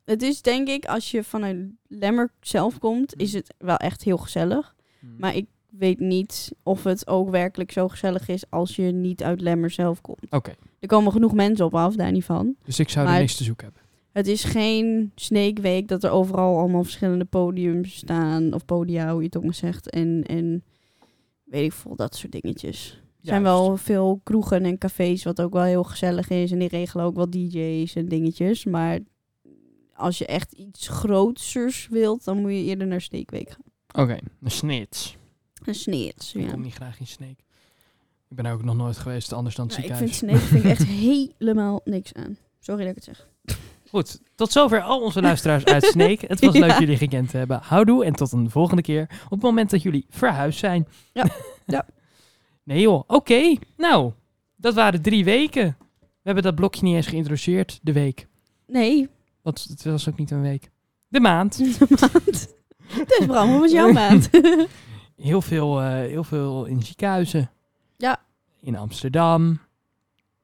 [SPEAKER 3] Het is denk ik, als je vanuit Lemmer zelf komt,
[SPEAKER 2] Mm.
[SPEAKER 3] is het wel echt heel gezellig. Maar ik weet niet of het ook werkelijk zo gezellig is als je niet uit Lemmer zelf komt.
[SPEAKER 2] Oké,
[SPEAKER 3] Er komen genoeg mensen op af, daar niet van.
[SPEAKER 2] dus ik zou
[SPEAKER 3] Maar-
[SPEAKER 2] er niks te zoeken hebben.
[SPEAKER 3] Het is geen Snake Week dat er overal allemaal verschillende podiums staan. Of podia, hoe je het ook maar zegt. En, en weet ik veel, dat soort dingetjes. Er zijn
[SPEAKER 2] Juist.
[SPEAKER 3] wel veel kroegen en cafés wat ook wel heel gezellig is. En die regelen ook wel DJ's en dingetjes. Maar als je echt iets grootsers wilt, dan moet je eerder naar Snake Week gaan.
[SPEAKER 2] Oké, een snits.
[SPEAKER 3] Een sneerts,
[SPEAKER 2] Ik
[SPEAKER 3] ja.
[SPEAKER 2] kom niet graag in Sneek. Ik ben er ook nog nooit geweest, anders dan het
[SPEAKER 3] Ja, Nou, ik
[SPEAKER 2] ziekenhuis.
[SPEAKER 3] vind Snake vind ik echt helemaal niks aan. Sorry dat ik het zeg.
[SPEAKER 2] Goed, tot zover al onze luisteraars uit Sneek. Het was
[SPEAKER 3] Ja.
[SPEAKER 2] leuk jullie gekend te hebben. Houdoe en tot een volgende keer. Op het moment dat jullie verhuisd zijn.
[SPEAKER 3] Ja, ja.
[SPEAKER 2] Nee joh, oké. Nou, dat waren drie weken. We hebben dat blokje niet eens geïntroduceerd, de week.
[SPEAKER 3] Nee,
[SPEAKER 2] Want het was ook niet een week. De maand.
[SPEAKER 3] de maand. Dus Bram, hoe was jouw maand?
[SPEAKER 2] Heel veel, eh, heel veel in ziekenhuizen.
[SPEAKER 3] Ja.
[SPEAKER 2] In Amsterdam.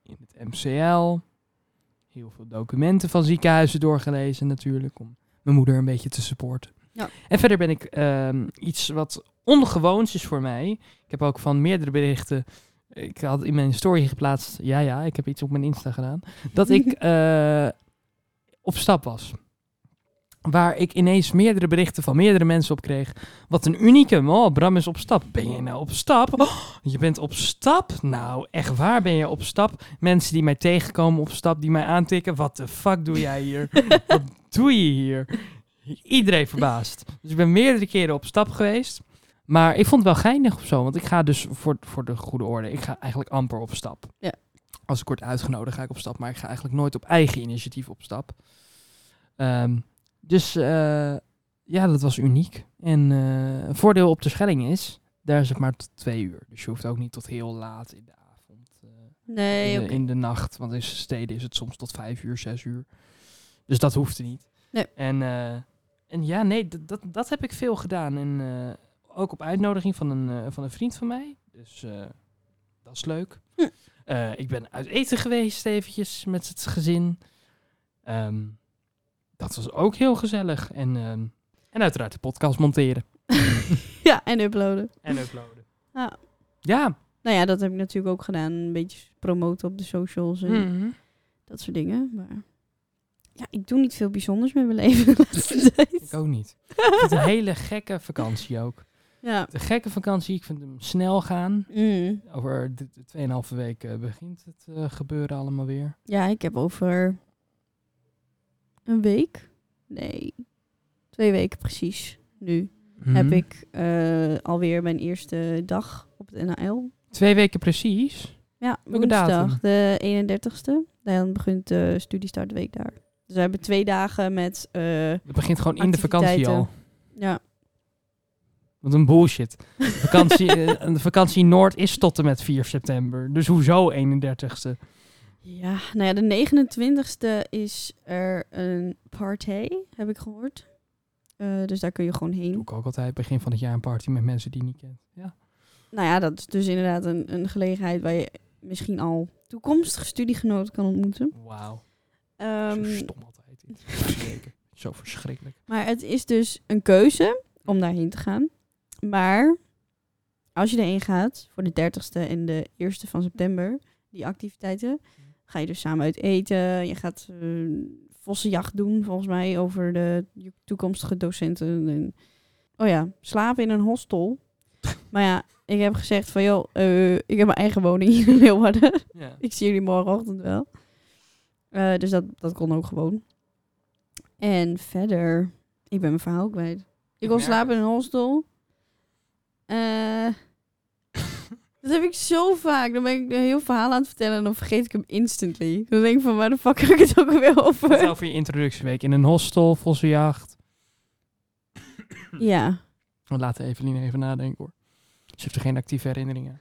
[SPEAKER 2] In het MCL. Heel veel documenten van ziekenhuizen doorgelezen natuurlijk. Om mijn moeder een beetje te supporten.
[SPEAKER 3] Ja.
[SPEAKER 2] En verder ben ik ehm, iets wat ongewoons is voor mij. Ik heb ook van meerdere berichten... Ik had in mijn story geplaatst... Ja, ja, ik heb iets op mijn Insta gedaan. Dat ik eh, op stap was. Waar ik ineens meerdere berichten van meerdere mensen op kreeg. Wat een unicum. Oh, Bram is op stap. Ben je nou op stap? Oh, je bent op stap? Nou, echt waar ben je op stap? Mensen die mij tegenkomen op stap, die mij aantikken. Wat de fuck doe jij hier? Wat doe je hier? Iedereen verbaasd. Dus ik ben meerdere keren op stap geweest. Maar ik vond het wel geinig of zo. Want ik ga dus voor, voor de goede orde. Ik ga eigenlijk amper op stap.
[SPEAKER 3] Ja.
[SPEAKER 2] Als ik word uitgenodigd, ga ik op stap. Maar ik ga eigenlijk nooit op eigen initiatief op stap. Ehm, dus eh, Ja, dat was uniek. En eh, een voordeel op de Schelling is, daar is het maar tot twee uur. Dus je hoeft ook niet tot heel laat in de avond, eh,
[SPEAKER 3] Nee,
[SPEAKER 2] in, de,
[SPEAKER 3] oké.
[SPEAKER 2] in de nacht. Want in steden is het soms tot vijf uur, zes uur. Dus dat hoefde niet.
[SPEAKER 3] Nee.
[SPEAKER 2] En, eh, en ja, nee, dat, dat, dat heb ik veel gedaan. En eh, ook op uitnodiging van een, eh, van een vriend van mij. Dus eh, dat is leuk.
[SPEAKER 3] Hm.
[SPEAKER 2] Eh, ik ben uit eten geweest eventjes met het gezin. Ehm, dat was ook heel gezellig. En, ehm, en uiteraard de podcast monteren
[SPEAKER 3] Ja, en uploaden.
[SPEAKER 2] en uploaden.
[SPEAKER 3] Ja.
[SPEAKER 2] Ja.
[SPEAKER 3] Nou ja, dat heb ik natuurlijk ook gedaan. Een beetje promoten op de socials en
[SPEAKER 2] Mhm.
[SPEAKER 3] dat soort dingen. Maar ja, ik doe niet veel bijzonders met mijn leven de laatste tijd.
[SPEAKER 2] Ik ook niet. Ik vind het een hele gekke vakantie ook.
[SPEAKER 3] Ja.
[SPEAKER 2] De gekke vakantie, ik vind hem snel gaan.
[SPEAKER 3] Mm.
[SPEAKER 2] Over de- de 2,5 week eh, begint het eh, gebeuren allemaal weer.
[SPEAKER 3] Ja, ik heb over een week. Nee, twee weken precies. Nu heb
[SPEAKER 2] Mhm.
[SPEAKER 3] ik eh, alweer mijn eerste dag op het NAL.
[SPEAKER 2] Twee weken precies.
[SPEAKER 3] Ja,
[SPEAKER 2] Welke datum?
[SPEAKER 3] woensdag, de 31ste. Dan begint de studiestartweek daar. Dus we hebben twee dagen met, eh,
[SPEAKER 2] Het begint gewoon in de vakantie al.
[SPEAKER 3] Activiteiten. ja,
[SPEAKER 2] Wat een bullshit. Vakantie, eh, de vakantie Noord is tot en met 4 september. Dus hoezo 31ste?
[SPEAKER 3] ja, nou ja, de 29ste is er een partij, heb ik gehoord. Eh, dus daar kun je gewoon heen.
[SPEAKER 2] Doe ik ook altijd begin van het jaar een party met mensen die je niet kent. Ja.
[SPEAKER 3] Nou ja, dat is dus inderdaad een, een gelegenheid waar je misschien al toekomstige studiegenoten kan ontmoeten.
[SPEAKER 2] Wauw.
[SPEAKER 3] Ehm,
[SPEAKER 2] zo stom altijd. in vakantieweken. zo verschrikkelijk.
[SPEAKER 3] maar het is dus een keuze om daarheen te gaan. Maar als je erheen gaat voor de 30ste en de 1ste van september, die activiteiten, ga je dus samen uit eten. Je gaat eh, vossenjacht doen, volgens mij, over de je toekomstige docenten. En, oh ja, slapen in een hostel. Maar ja, ik heb gezegd van, joh, eh, ik heb mijn eigen woning hier in Leeuwarden.
[SPEAKER 2] Ja.
[SPEAKER 3] Ik zie jullie morgenochtend wel. Eh, dus dat, dat kon ook gewoon. En verder, ik ben mijn verhaal kwijt. Ik kon
[SPEAKER 1] merk
[SPEAKER 3] slapen in een hostel. Eh, dat heb ik zo vaak. Dan ben ik een heel verhaal aan het vertellen en dan vergeet ik hem instantly. Dan denk ik van, waar de fuck heb ik het ook weer
[SPEAKER 2] Vertel
[SPEAKER 3] over?
[SPEAKER 2] over je introductieweek in een hostel, vossenjacht.
[SPEAKER 3] Ja.
[SPEAKER 2] We laten Evelien even nadenken hoor. Ze heeft er geen actieve herinneringen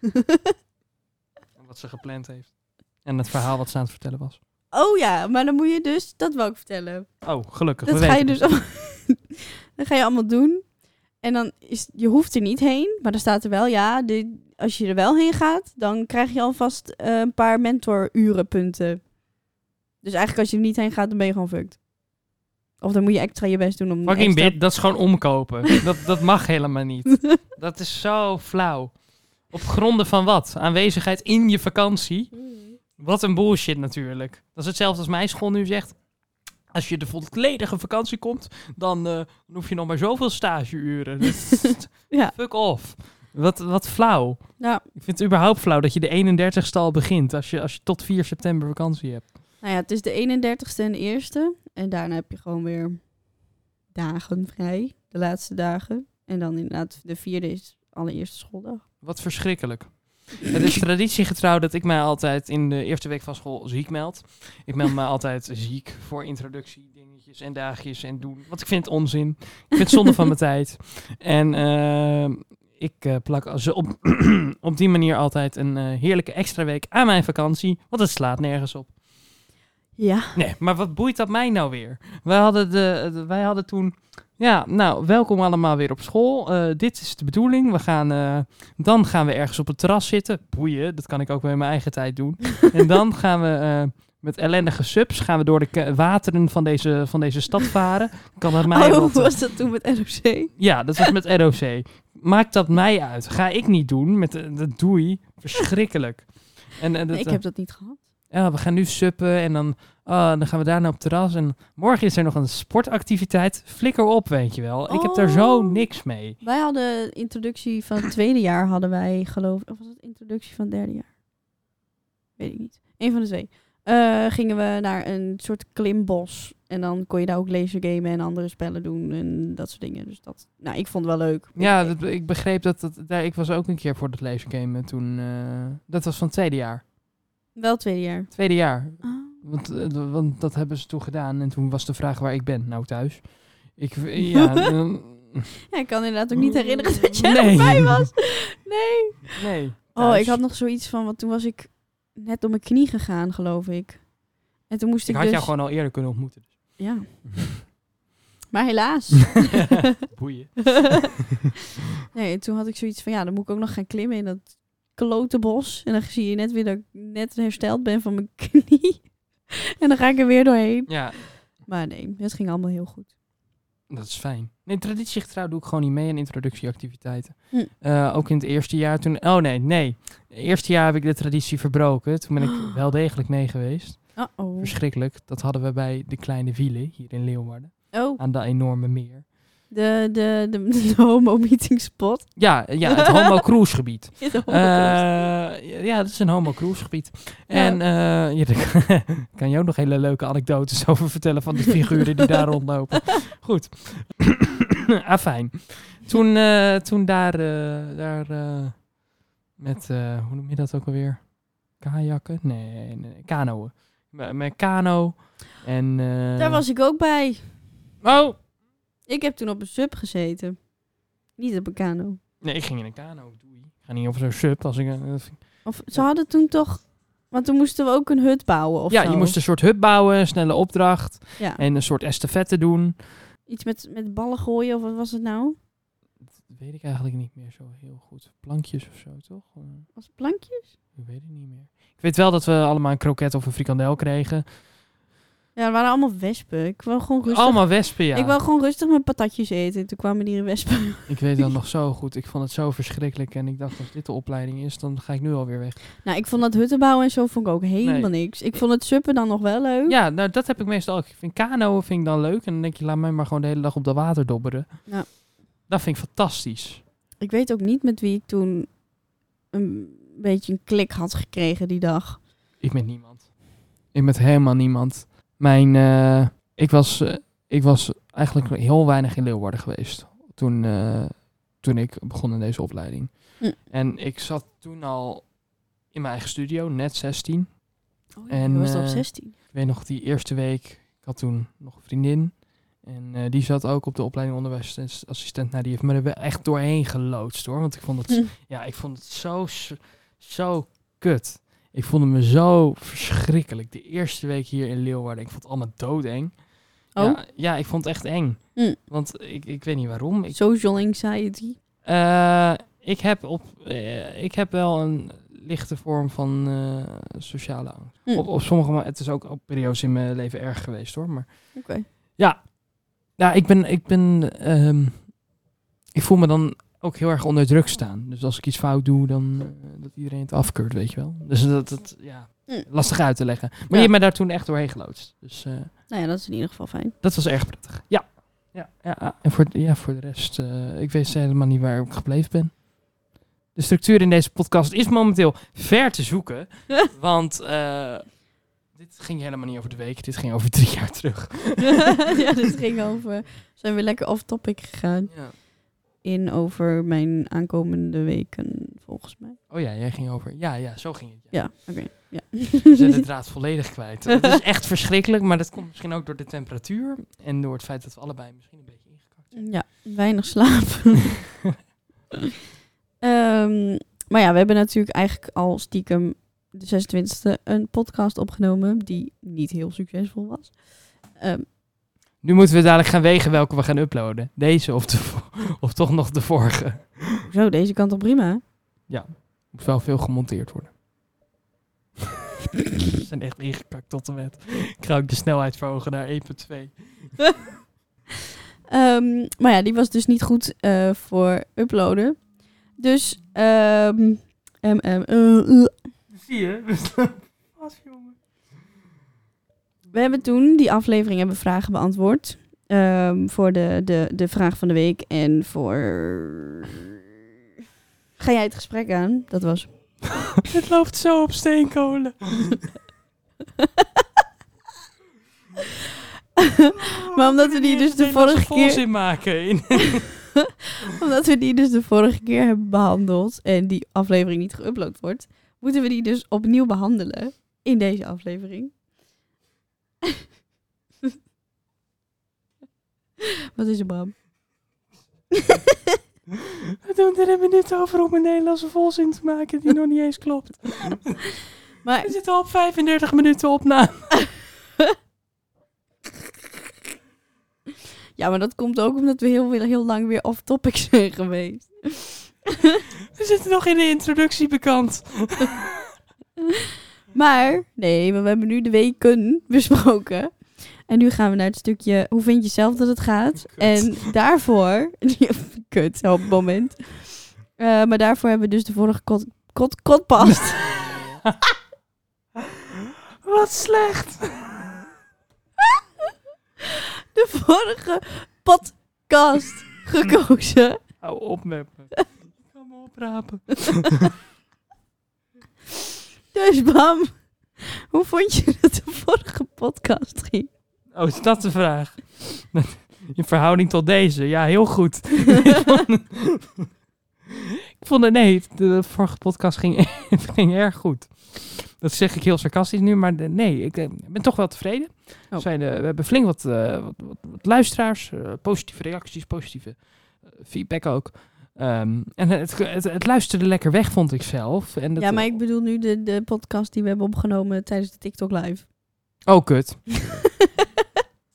[SPEAKER 2] aan wat ze gepland heeft. En het verhaal wat ze aan het vertellen was.
[SPEAKER 3] oh ja, maar dan moet je dus, dat wou ik vertellen.
[SPEAKER 2] Oh, gelukkig.
[SPEAKER 3] Dat
[SPEAKER 2] we
[SPEAKER 3] ga je
[SPEAKER 2] weten
[SPEAKER 3] dus allemaal, dat ga je allemaal doen. En dan is, je hoeft er niet heen, maar dan staat er wel, ja, de, als je er wel heen gaat, dan krijg je alvast eh, een paar mentorurenpunten. Dus eigenlijk als je er niet heen gaat, dan ben je gewoon fucked. Of dan moet je extra je best doen om...
[SPEAKER 2] Fucking
[SPEAKER 3] extra-
[SPEAKER 2] bit, dat is gewoon omkopen. dat, dat mag helemaal niet. Dat is zo flauw. Op gronden van wat? Aanwezigheid in je vakantie? Wat een bullshit natuurlijk. Dat is hetzelfde als mijn school nu zegt. Als je de volledige vakantie komt, dan, eh, dan hoef je nog maar zoveel stageuren.
[SPEAKER 3] Ja.
[SPEAKER 2] Fuck off. Wat, wat flauw.
[SPEAKER 3] Nou,
[SPEAKER 2] Ik vind het überhaupt flauw dat je de 31ste al begint als je, als je tot 4 september vakantie hebt.
[SPEAKER 3] nou ja, het is de 31ste en de eerste. En daarna heb je gewoon weer dagen vrij, de laatste dagen. En dan inderdaad, de vierde is allereerste schooldag.
[SPEAKER 2] Wat verschrikkelijk. Het is traditiegetrouw dat ik mij altijd in de eerste week van school ziek meld. Ik meld me altijd ziek voor introductie, dingetjes en dagjes en doen. Want ik vind het onzin. Ik vind het zonde van mijn tijd. En ehm, ik eh, plak als- op, op die manier altijd een eh, heerlijke extra week aan mijn vakantie. Want het slaat nergens op.
[SPEAKER 3] Ja.
[SPEAKER 2] Nee, maar wat boeit dat mij nou weer? Wij hadden, de, de- wij hadden toen... Ja, nou, welkom allemaal weer op school. Eh, dit is de bedoeling. We gaan, eh, dan gaan we ergens op het terras zitten. Boeien, dat kan ik ook wel in mijn eigen tijd doen. en dan gaan we eh, met ellendige subs gaan we door de ke- wateren van deze, van deze stad varen. Kan dat mij
[SPEAKER 3] oh,
[SPEAKER 2] wat, eh,
[SPEAKER 3] was dat toen met NOC?
[SPEAKER 2] Ja, dat was met ROC. Maakt dat mij uit? Ga ik niet doen met eh, dat doei. Verschrikkelijk. En, eh, dat,
[SPEAKER 3] ik
[SPEAKER 2] eh,
[SPEAKER 3] heb dat niet gehad.
[SPEAKER 2] ja, we gaan nu suppen en dan, ah, dan gaan we daarna op het terras. En morgen is er nog een sportactiviteit. Flikker op, weet je wel. Ik heb daar zo
[SPEAKER 3] Oh.
[SPEAKER 2] niks mee.
[SPEAKER 3] Wij hadden introductie van het tweede jaar, hadden wij geloof ik. Of was het introductie van het derde jaar? Weet ik niet. Eén van de twee. Eh, gingen we naar een soort klimbos. En dan kon je daar ook lasergamen en andere spellen doen en dat soort dingen. Dus dat, nou, ik vond het wel leuk.
[SPEAKER 2] Ja,
[SPEAKER 3] Ik-
[SPEAKER 2] dat, ik begreep dat, dat daar, ik was ook een keer voor dat lasergame en toen. eh, dat was van het tweede jaar.
[SPEAKER 3] Wel het tweede jaar.
[SPEAKER 2] Tweede jaar.
[SPEAKER 3] Ah.
[SPEAKER 2] Want, eh, d- want dat hebben ze toen gedaan en toen was de vraag waar ik ben. Nou, thuis. Ik, ja, dan-
[SPEAKER 3] Ja, ik kan inderdaad ook niet herinneren dat jij erbij was. Nee.
[SPEAKER 2] nee.
[SPEAKER 3] Oh,
[SPEAKER 2] thuis.
[SPEAKER 3] ik had nog zoiets van, want toen was ik net om mijn knie gegaan, geloof ik. En toen moest
[SPEAKER 2] Ik
[SPEAKER 3] ik,
[SPEAKER 2] had
[SPEAKER 3] dus...
[SPEAKER 2] jou gewoon al eerder kunnen ontmoeten. dus.
[SPEAKER 3] Ja. Maar helaas.
[SPEAKER 2] Boeien.
[SPEAKER 3] nee, toen had ik zoiets van, ja, dan moet ik ook nog gaan klimmen in dat klote bos. En dan zie je net weer dat ik net hersteld ben van mijn knie. en dan ga ik er weer doorheen.
[SPEAKER 2] Ja,
[SPEAKER 3] Maar nee, het ging allemaal heel goed.
[SPEAKER 2] dat is fijn. Nee, traditiegetrouw doe ik gewoon niet mee aan introductieactiviteiten.
[SPEAKER 3] Hm.
[SPEAKER 2] Eh, ook in het eerste jaar toen... Oh nee, nee. Het eerste jaar heb ik de traditie verbroken. Toen ben ik wel degelijk mee geweest.
[SPEAKER 3] Uh-oh.
[SPEAKER 2] Verschrikkelijk. Dat hadden we bij de kleine wielen hier in Leeuwarden.
[SPEAKER 3] Oh,
[SPEAKER 2] Aan de enorme meer.
[SPEAKER 3] de, de, de, de homo-meeting spot.
[SPEAKER 2] Ja, ja het homo cruisegebied.
[SPEAKER 3] De homo-
[SPEAKER 2] Eh, ja, dat is een homo cruisegebied. En eh ja, daar kan- kan je ook nog hele leuke anekdotes over vertellen van de figuren die daar rondlopen. Goed. Afijn. Ah, Toen, eh, toen daar, eh, daar eh, met, eh, hoe noem je dat ook alweer? Kajakken? Nee, nee kanoën. Met- Met kano. En, eh,
[SPEAKER 3] Daar was ik ook bij.
[SPEAKER 2] Oh!
[SPEAKER 3] Ik heb toen op een sub gezeten. Niet op een kano.
[SPEAKER 2] Nee, ik ging in een kano. Doei. Ik ga niet op zo'n sub. Als ik, eh, dat vind ik-
[SPEAKER 3] Of ze hadden toen toch... Want toen moesten we ook een hut bouwen of
[SPEAKER 2] ja,
[SPEAKER 3] zo.
[SPEAKER 2] je moest een soort hub bouwen, een snelle opdracht.
[SPEAKER 3] Ja.
[SPEAKER 2] En een soort estafette doen.
[SPEAKER 3] Iets met, met ballen gooien of wat was het nou?
[SPEAKER 2] Dat weet ik eigenlijk niet meer zo heel goed. Plankjes of zo, toch? Eh,
[SPEAKER 3] Was het plankje?
[SPEAKER 2] Ik weet het niet meer. Ik weet wel dat we allemaal een kroket of een frikandel kregen.
[SPEAKER 3] Ja, er waren allemaal wespen. Ik wil gewoon rustig...
[SPEAKER 2] Allemaal wespen, ja.
[SPEAKER 3] Ik wil gewoon rustig mijn patatjes eten. Toen kwamen die wespen.
[SPEAKER 2] Ik weet dat nog zo goed. Ik vond het zo verschrikkelijk. En ik dacht, als dit de opleiding is, dan ga ik nu alweer weg.
[SPEAKER 3] nou, ik vond dat hutten bouwen en zo vond ik ook helemaal niks. Ik vond het suppen dan nog wel leuk.
[SPEAKER 2] Ja, nou, dat heb ik meestal ook. Ik vind kanoën vind ik dan leuk. En dan denk je, laat mij maar gewoon de hele dag op de water dobberen.
[SPEAKER 3] Ja.
[SPEAKER 2] Dat vind ik fantastisch.
[SPEAKER 3] Ik weet ook niet met wie ik toen een beetje een klik had gekregen die dag.
[SPEAKER 2] Ik met niemand. Ik met helemaal niemand. Mijn, eh, ik, was, eh, ik was eigenlijk heel weinig in Leeuwarden geweest toen, eh, toen ik begon in deze opleiding.
[SPEAKER 3] Hm.
[SPEAKER 2] En ik zat toen al in mijn eigen studio, net 16.
[SPEAKER 3] Oh,
[SPEAKER 2] ja, En, je
[SPEAKER 3] was
[SPEAKER 2] was al
[SPEAKER 3] op
[SPEAKER 2] eh,
[SPEAKER 3] 16.
[SPEAKER 2] Ik weet nog die eerste week, ik had toen nog een vriendin. En eh, die zat ook op de opleiding onderwijsassistent. Nou, die heeft me er wel echt doorheen geloodst hoor. Want ik vond het,
[SPEAKER 3] Hm.
[SPEAKER 2] ja, ik vond het zo, s- zo kut. Ik vond het me zo verschrikkelijk. De eerste week hier in Leeuwarden, ik vond het allemaal doodeng.
[SPEAKER 3] Oh.
[SPEAKER 2] Ja, ja, ik vond het echt eng.
[SPEAKER 3] Hm.
[SPEAKER 2] Want ik, ik weet niet waarom. Ik,
[SPEAKER 3] Social anxiety.
[SPEAKER 2] eh, ik, heb op, eh, ik heb wel een lichte vorm van eh, sociale angst.
[SPEAKER 3] Hm.
[SPEAKER 2] Op, op sommige ma- het is ook op periodes in mijn leven erg geweest hoor. Maar
[SPEAKER 3] Oké.
[SPEAKER 2] ja, ja ik ben, ik ben, ehm, ik voel me dan ook heel erg onder druk staan. Dus als ik iets fout doe, dan eh, dat iedereen het afkeurt, weet je wel. Dus dat, dat ja,
[SPEAKER 3] Hm.
[SPEAKER 2] lastig uit te leggen. Maar
[SPEAKER 3] Ja.
[SPEAKER 2] je hebt mij daar toen echt doorheen geloodst. Dus eh,
[SPEAKER 3] Nou ja, dat is in ieder geval fijn.
[SPEAKER 2] dat was erg prettig. Ja. Ja, ja, ja. en voor, ja, voor de rest, eh, ik weet helemaal niet waar ik gebleven ben. De structuur in deze podcast is momenteel ver te zoeken. want eh, dit ging helemaal niet over de week, dit ging over drie jaar terug.
[SPEAKER 3] ja, dit ging over. We zijn weer lekker off topic gegaan. In over mijn aankomende weken, volgens mij.
[SPEAKER 2] Oh ja, jij ging over. Ja, ja, zo ging het. Ja.
[SPEAKER 3] Ja, oké. Ja.
[SPEAKER 2] We zijn de draad volledig kwijt. Het is echt verschrikkelijk, maar dat komt misschien ook door de temperatuur. En door het feit dat we allebei misschien een beetje ingekakt zijn.
[SPEAKER 3] ja, weinig slaap. Ehm, maar ja, we hebben natuurlijk eigenlijk al stiekem de 26e een podcast opgenomen die niet heel succesvol was. Ehm,
[SPEAKER 2] Nu moeten we dadelijk gaan wegen welke we gaan uploaden. Deze of, de, vo- of toch nog de vorige.
[SPEAKER 3] zo, deze kant op prima.
[SPEAKER 2] Moet wel veel gemonteerd worden. Ze zijn echt ingekakt tot en met. Ik ga ook de snelheid verhogen naar 1.2.
[SPEAKER 3] Ehm, maar ja, die was dus niet goed eh, voor uploaden. Dus, ehm, em, em, eh, eh,
[SPEAKER 2] Zie je? Pas, jongen.
[SPEAKER 3] We hebben toen die aflevering hebben we vragen beantwoord. Ehm, voor de, de, de vraag van de week en voor. Ga jij het gesprek aan? Dat was.
[SPEAKER 2] Het loopt zo op steenkolen.
[SPEAKER 3] Maar omdat we die dus de vorige keer.
[SPEAKER 2] in maken. In.
[SPEAKER 3] Omdat we die dus de vorige keer hebben behandeld. en die aflevering niet geüpload wordt. moeten we die dus opnieuw behandelen. in deze aflevering. Wat is er, Bram?
[SPEAKER 2] We doen er een minuut over om een Nederlandse volzin te maken die nog niet eens klopt.
[SPEAKER 3] Maar
[SPEAKER 2] We zitten al op 35 minuten opname.
[SPEAKER 3] ja, maar dat komt ook omdat we heel, heel lang weer off-topic zijn geweest.
[SPEAKER 2] We zitten nog in de introductie bekend.
[SPEAKER 3] Maar, nee, maar we hebben nu de weken besproken. En nu gaan we naar het stukje hoe vind je zelf dat het gaat.
[SPEAKER 2] Oh,
[SPEAKER 3] En daarvoor, kut, op het moment. Eh, maar daarvoor hebben we dus de vorige kot, kot, kotpast.
[SPEAKER 2] Wat slecht.
[SPEAKER 3] de vorige podcast gekozen.
[SPEAKER 2] Hou op met me. Ik kan me oprapen.
[SPEAKER 3] Dus Bram, hoe vond je dat de vorige podcast ging?
[SPEAKER 2] Oh, is dat de vraag? In verhouding tot deze? Ja, heel goed. ik vond- ik vond het, nee, de vorige podcast ging, het ging erg goed. Dat zeg ik heel sarcastisch nu, maar de- nee, ik eh, ben toch wel tevreden.
[SPEAKER 3] Oh.
[SPEAKER 2] Zijn, eh, we hebben flink wat, eh, wat, wat, wat luisteraars, eh, positieve reacties, positieve eh, feedback ook. Ehm, en het, het, het luisterde lekker weg, vond ik zelf. En dat,
[SPEAKER 3] ja, maar ik bedoel nu de, de podcast die we hebben opgenomen tijdens de TikTok live.
[SPEAKER 2] Oh, kut.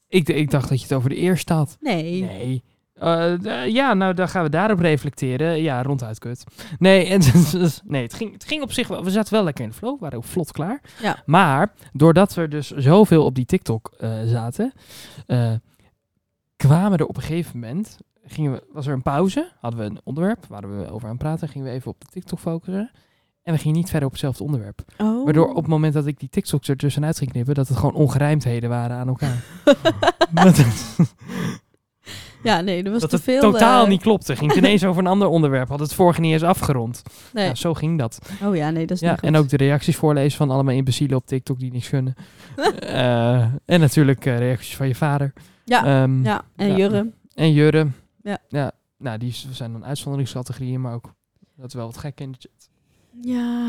[SPEAKER 2] ik, d- ik dacht dat je het over de eerste had.
[SPEAKER 3] Nee.
[SPEAKER 2] Nee. Eh, d- ja, nou, dan gaan we daarop reflecteren. Ja, ronduit kut. Nee, en, nee het, ging, het ging op zich wel. We zaten wel lekker in de flow. We waren ook vlot klaar.
[SPEAKER 3] Ja.
[SPEAKER 2] Maar doordat we dus zoveel op die TikTok eh, zaten, eh, kwamen er op een gegeven moment. Gingen we, was er een pauze? Hadden we een onderwerp? Waren we over aan het praten? Gingen we even op de TikTok focussen? En we gingen niet verder op hetzelfde onderwerp.
[SPEAKER 3] Oh.
[SPEAKER 2] Waardoor op het moment dat ik die TikToks er tussenuit ging knippen, dat het gewoon ongerijmdheden waren aan elkaar. dat het,
[SPEAKER 3] Ja, nee, dat was
[SPEAKER 2] dat
[SPEAKER 3] te
[SPEAKER 2] het
[SPEAKER 3] veel.
[SPEAKER 2] totaal
[SPEAKER 3] eh,
[SPEAKER 2] niet klopte. Ging het ineens over een ander onderwerp. Had het vorige niet eens afgerond.
[SPEAKER 3] Nee.
[SPEAKER 2] Ja, zo ging dat.
[SPEAKER 3] Oh ja, nee, dat is
[SPEAKER 2] Ja,
[SPEAKER 3] niet goed.
[SPEAKER 2] en ook de reacties voorlezen van allemaal imbecielen op TikTok die niks kunnen. Eh, en natuurlijk eh, reacties van je vader.
[SPEAKER 3] Ja,
[SPEAKER 2] Ehm,
[SPEAKER 3] ja en
[SPEAKER 2] ja.
[SPEAKER 3] Jurre.
[SPEAKER 2] En Jurre.
[SPEAKER 3] Ja.
[SPEAKER 2] Nou, die s- zijn dan uitzonderingscategorieën, maar ook dat is wel wat gek in de chat.
[SPEAKER 3] Ja,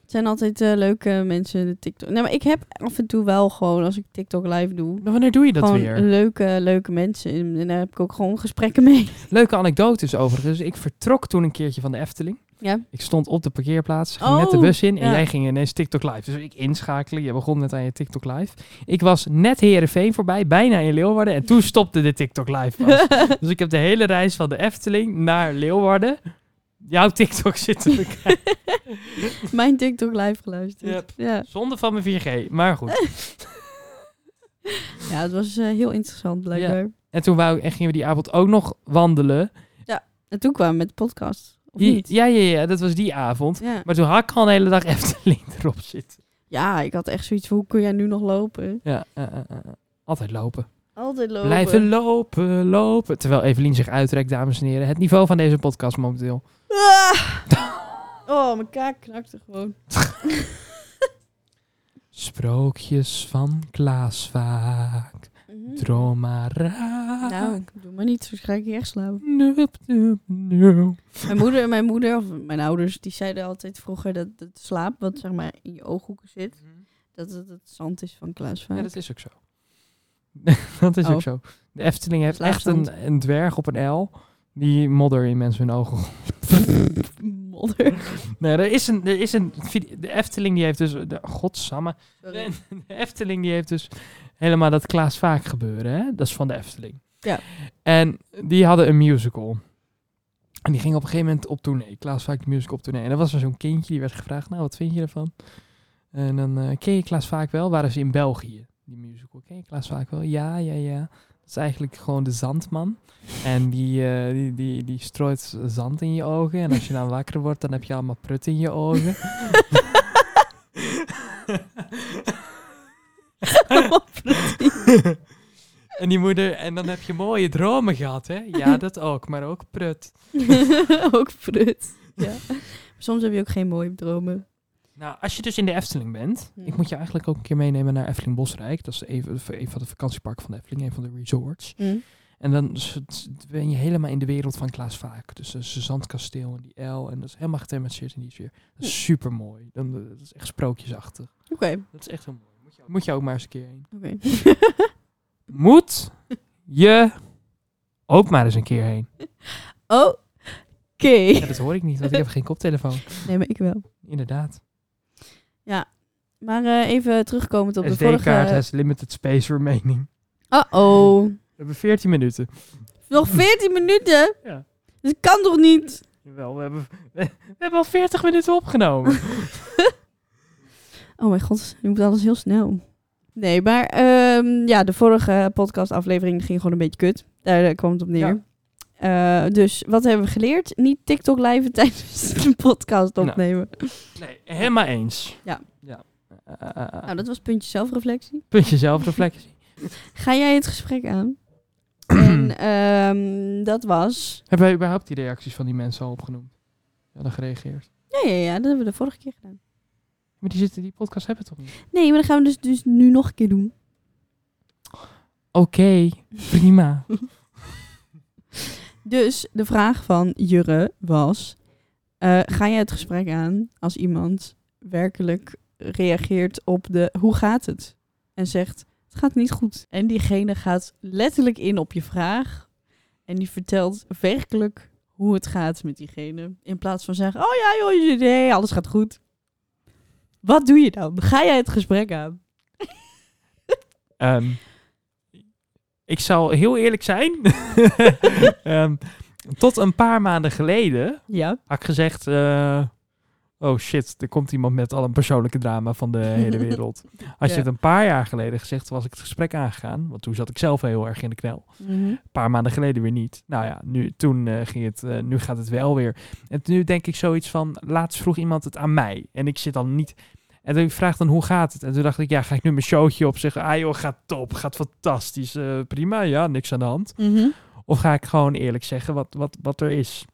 [SPEAKER 3] het zijn altijd eh, leuke mensen in de TikTok. Nee, maar ik heb af en toe wel gewoon, als ik TikTok live doe...
[SPEAKER 2] Maar wanneer doe je dat
[SPEAKER 3] gewoon eh,
[SPEAKER 2] weer?
[SPEAKER 3] leuke, leuke mensen. in- En daar heb ik ook gewoon gesprekken mee.
[SPEAKER 2] Leuke anekdotes overigens. Ik vertrok toen een keertje van de Efteling.
[SPEAKER 3] Ja.
[SPEAKER 2] Ik stond op de parkeerplaats, ging
[SPEAKER 3] Oh,
[SPEAKER 2] net de bus in en
[SPEAKER 3] ja.
[SPEAKER 2] jij ging ineens TikTok live. Dus ik inschakelen, je begon net aan je TikTok live. Ik was net Herenveen voorbij, bijna in Leeuwarden en toen stopte de TikTok live. pas. dus ik heb de hele reis van de Efteling naar Leeuwarden jouw TikTok zitten bekijken.
[SPEAKER 3] Mijn TikTok live geluisterd.
[SPEAKER 2] Yep.
[SPEAKER 3] Ja.
[SPEAKER 2] Zonde van mijn 4G, maar goed.
[SPEAKER 3] ja, het was eh, heel interessant blijkbaar.
[SPEAKER 2] En toen wou, en gingen we die avond ook nog wandelen.
[SPEAKER 3] En toen kwamen we met de podcast. Of
[SPEAKER 2] Die-
[SPEAKER 3] niet?
[SPEAKER 2] ja, ja, ja, dat was die avond.
[SPEAKER 3] Ja.
[SPEAKER 2] Maar toen had ik al een hele dag Efteling erop zitten.
[SPEAKER 3] ja, ik had echt zoiets van, hoe kun jij nu nog lopen?
[SPEAKER 2] Ja, eh, eh, eh, eh. altijd lopen.
[SPEAKER 3] Altijd lopen.
[SPEAKER 2] Blijven lopen, lopen. Terwijl Evelien zich uitrekt, dames en heren. Het niveau van deze podcast momenteel.
[SPEAKER 3] Ah! Oh, mijn kaak knakte gewoon.
[SPEAKER 2] Sprookjes van Klaas Vaak.
[SPEAKER 3] Mhm.
[SPEAKER 2] Droom maar raak.
[SPEAKER 3] Nou, doe maar niet, zo ga ik je echt slaan.
[SPEAKER 2] Nup, nup, nup.
[SPEAKER 3] Mijn moeder, mijn moeder of mijn ouders, die zeiden altijd vroeger dat het slaap, wat zeg maar in je ooghoeken zit, dat het het zand is van Klaas
[SPEAKER 2] Mhm. Ja,
[SPEAKER 3] Vaak.
[SPEAKER 2] dat is ook zo. dat is
[SPEAKER 3] Oh.
[SPEAKER 2] ook zo. De Efteling heeft echt
[SPEAKER 3] Slaapzand.
[SPEAKER 2] een, een dwerg op een L. Die modder in mensen hun ogen.
[SPEAKER 3] Modder.
[SPEAKER 2] Nee, er is een. Er is een vide- de Efteling die heeft dus. De, godsamme.
[SPEAKER 3] Sorry.
[SPEAKER 2] De Efteling die heeft dus helemaal dat Klaas Vaak gebeuren. Hè? Dat is van de Efteling.
[SPEAKER 3] Ja.
[SPEAKER 2] En die hadden een musical. En die ging op een gegeven moment op tournee. Klaas Vaak de musical op tournee. En er was er zo'n kindje die werd gevraagd, nou wat vind je ervan? En dan eh, ken je Klaas Vaak wel? Waren ze in België, die musical. Ken je Klaas Vaak wel? Ja, ja, ja. Dat is eigenlijk gewoon de zandman. En die, eh, die, die, die strooit zand in je ogen. En als je dan wakker wordt, dan heb je allemaal prut in je ogen. Ah, en die moeder, en dan heb je mooie dromen gehad, hè? Ja, dat ook, maar ook prut.
[SPEAKER 3] ook prut. Ja. Soms heb je ook geen mooie dromen.
[SPEAKER 2] Nou, als je dus in de Efteling bent,
[SPEAKER 3] Ja.
[SPEAKER 2] ik moet je eigenlijk ook een keer meenemen naar Efteling Bosrijk. Dat is even, een van de vakantieparken van de Efteling, een van de resorts.
[SPEAKER 3] Mhm.
[SPEAKER 2] En dan is het- ben je helemaal in de wereld van Klaas Vaak. Dus dat is een zandkasteel en die L. En dat is helemaal gethematiseerd in die sfeer. Dat is super mooi. Dat is echt sprookjesachtig.
[SPEAKER 3] Oké.
[SPEAKER 2] Dat is echt heel mooi. Moet je ook, moet je ook maar eens een keer heen.
[SPEAKER 3] Oké.
[SPEAKER 2] Moet je ook maar eens een keer heen.
[SPEAKER 3] Oké.
[SPEAKER 2] Ja, dat hoor ik niet, want ik heb geen koptelefoon.
[SPEAKER 3] Nee, maar ik wel.
[SPEAKER 2] Inderdaad.
[SPEAKER 3] Maar eh, even terugkomend op de
[SPEAKER 2] SD-kaart
[SPEAKER 3] vorige...
[SPEAKER 2] has limited space remaining.
[SPEAKER 3] Uh-oh.
[SPEAKER 2] We hebben 14 minuten.
[SPEAKER 3] Nog 14 minuten?
[SPEAKER 2] Ja.
[SPEAKER 3] Dat kan toch niet?
[SPEAKER 2] Jawel, we hebben, we, hebben al 40 minuten opgenomen.
[SPEAKER 3] Oh mijn god, nu moet alles heel snel. Nee, maar ehm, ja, de vorige podcastaflevering ging gewoon een beetje kut. Daar eh, kwam het op neer.
[SPEAKER 2] Ja.
[SPEAKER 3] Eh, dus wat hebben we geleerd? Niet TikTok live tijdens de podcast
[SPEAKER 2] Nou.
[SPEAKER 3] opnemen.
[SPEAKER 2] Nee, helemaal eens.
[SPEAKER 3] Ja.
[SPEAKER 2] ja. Eh, eh, eh, eh.
[SPEAKER 3] Nou, dat was puntje zelfreflectie.
[SPEAKER 2] Puntje zelfreflectie.
[SPEAKER 3] Ga jij het gesprek aan? en ehm, dat was...
[SPEAKER 2] Hebben wij überhaupt die reacties van die mensen al opgenoemd? Die hadden gereageerd.
[SPEAKER 3] Ja, ja, ja, dat hebben we de vorige keer gedaan.
[SPEAKER 2] Maar die, zitten, die podcast hebben toch niet?
[SPEAKER 3] Nee, maar dat gaan we dus, dus nu nog een keer doen.
[SPEAKER 2] Oké, prima.
[SPEAKER 3] Dus de vraag van Jurre was: eh, ga jij het gesprek aan als iemand werkelijk reageert op de hoe gaat het? En zegt: het gaat niet goed. En diegene gaat letterlijk in op je vraag en die vertelt werkelijk hoe het gaat met diegene. In plaats van zeggen: oh ja, joh, je- nee, alles gaat goed. Wat doe je dan? Ga jij het gesprek aan?
[SPEAKER 2] Ehm, ik zal heel eerlijk zijn. Ehm, tot een paar maanden geleden
[SPEAKER 3] Ja.
[SPEAKER 2] had ik gezegd... eh, oh shit, er komt iemand met al een persoonlijke drama van de hele wereld. Als
[SPEAKER 3] Ja.
[SPEAKER 2] je het een paar jaar geleden gezegd, was ik het gesprek aangegaan. Want toen zat ik zelf heel erg in de knel. Een paar maanden geleden weer niet. Nou ja, nu, toen eh, ging het, eh, nu gaat het wel weer. En nu denk ik zoiets van, laatst vroeg iemand het aan mij. En ik zit dan niet... En toen vraagt dan, hoe gaat het? En toen dacht ik, ja, ga ik nu mijn showtje op zeggen? Ah joh, gaat top, gaat fantastisch, eh, prima, ja, niks aan de hand.
[SPEAKER 3] Mhm.
[SPEAKER 2] Of ga ik gewoon eerlijk zeggen wat, wat, wat er is?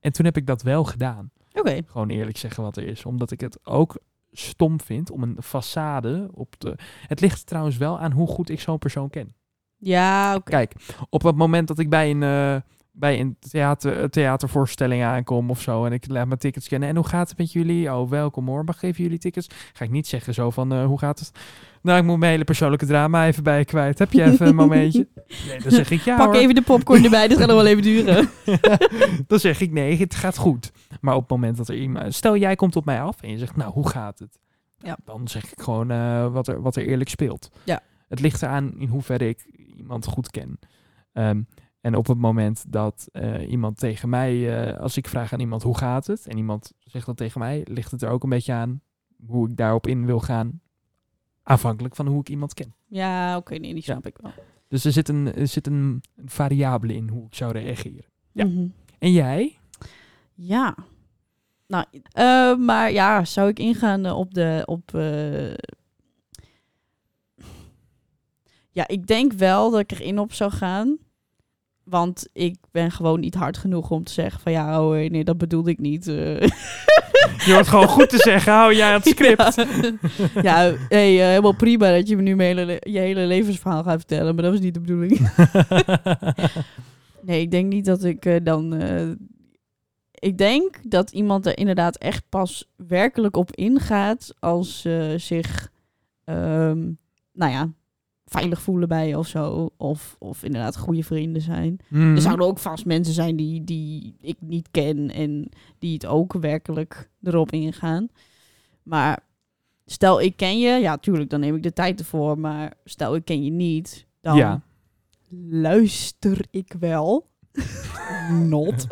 [SPEAKER 2] En toen heb ik dat wel gedaan
[SPEAKER 3] Oké.
[SPEAKER 2] gewoon eerlijk zeggen wat er is. Omdat ik het ook stom vind om een façade op te... Het ligt trouwens wel aan hoe goed ik zo'n persoon ken.
[SPEAKER 3] Ja, oké.
[SPEAKER 2] Kijk, op het moment dat ik bij een, eh, bij een theater, theatervoorstelling aankom of zo... en ik laat mijn tickets kennen. En hoe gaat het met jullie? Oh, welkom hoor. Mag ik even jullie tickets? Ga ik niet zeggen zo van, eh, hoe gaat het? Nou, ik moet mijn hele persoonlijke drama even bij je kwijt. Heb je even een momentje? Nee, dan zeg ik ja
[SPEAKER 3] Pak
[SPEAKER 2] hoor.
[SPEAKER 3] even de popcorn erbij, dit gaat nog wel even duren.
[SPEAKER 2] dan zeg ik nee, het gaat goed. Maar op het moment dat er iemand... Stel, jij komt op mij af en je zegt, nou, hoe gaat het? Nou,
[SPEAKER 3] Ja.
[SPEAKER 2] Dan zeg ik gewoon eh, wat, er, wat er eerlijk speelt.
[SPEAKER 3] Ja.
[SPEAKER 2] Het ligt eraan in hoeverre ik iemand goed ken. Ehm, en op het moment dat eh, iemand tegen mij... eh, als ik vraag aan iemand, hoe gaat het? En iemand zegt dat tegen mij, ligt het er ook een beetje aan... hoe ik daarop in wil gaan. Afhankelijk van hoe ik iemand ken.
[SPEAKER 3] Ja, oké, nee, die snap ik wel.
[SPEAKER 2] Dus er zit, een, er zit een variabele in hoe ik zou reageren. Ja.
[SPEAKER 3] Mhm.
[SPEAKER 2] En jij?
[SPEAKER 3] Ja. Nou, eh, maar ja, zou ik ingaan eh, op de. Op, eh, Ja, ik denk wel dat ik erin op zou gaan. Want ik ben gewoon niet hard genoeg om te zeggen van ja, oh eh, nee, dat bedoelde ik niet. eh.
[SPEAKER 2] Je hoort gewoon goed te zeggen, hou jij het script.
[SPEAKER 3] Ja, ja hey, eh, helemaal prima dat je me nu mijn hele, le- je hele levensverhaal gaat vertellen, maar dat was niet de bedoeling. Nee, ik denk niet dat ik eh, dan. eh, ik denk dat iemand er inderdaad echt pas werkelijk op ingaat als ze zich, ehm, nou ja, veilig voelen bij of zo. Of, of inderdaad goede vrienden zijn.
[SPEAKER 2] Mhm.
[SPEAKER 3] Er zouden ook vast mensen zijn die, die ik niet ken en die het ook werkelijk erop ingaan. Maar stel ik ken je, ja tuurlijk, dan neem ik de tijd ervoor. Maar stel ik ken je niet, dan
[SPEAKER 2] Ja.
[SPEAKER 3] luister ik wel. Not.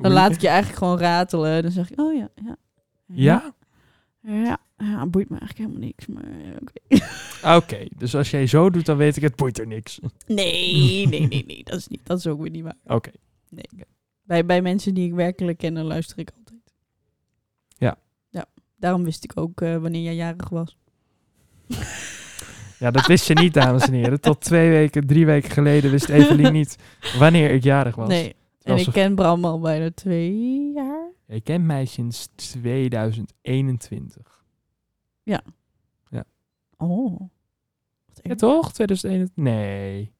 [SPEAKER 3] Dan laat ik je eigenlijk gewoon ratelen. Dan zeg ik, oh ja, ja.
[SPEAKER 2] Ja?
[SPEAKER 3] Ja, ja, boeit me eigenlijk helemaal niks. Maar eh, ja, oké.
[SPEAKER 2] Oké, dus als jij zo doet, dan weet ik, het boeit er niks. Oké.
[SPEAKER 3] Nee, nee, nee, nee. Dat is, niet, dat is ook weer niet waar. Bij, bij mensen die ik werkelijk ken, dan luister ik altijd.
[SPEAKER 2] Ja.
[SPEAKER 3] Ja, daarom wist ik ook eh, wanneer jij jarig was.
[SPEAKER 2] Ja, dat wist je niet, dames en heren. Tot twee weken, drie weken geleden wist Evelien niet wanneer ik jarig was.
[SPEAKER 3] Nee, en
[SPEAKER 2] Terwijl
[SPEAKER 3] ik
[SPEAKER 2] ze-
[SPEAKER 3] ken Bram al bijna twee jaar.
[SPEAKER 2] Ik ken mij sinds 2021.
[SPEAKER 3] Oh. Wat
[SPEAKER 2] Ja,
[SPEAKER 3] erg.
[SPEAKER 2] toch? 2021? Nee.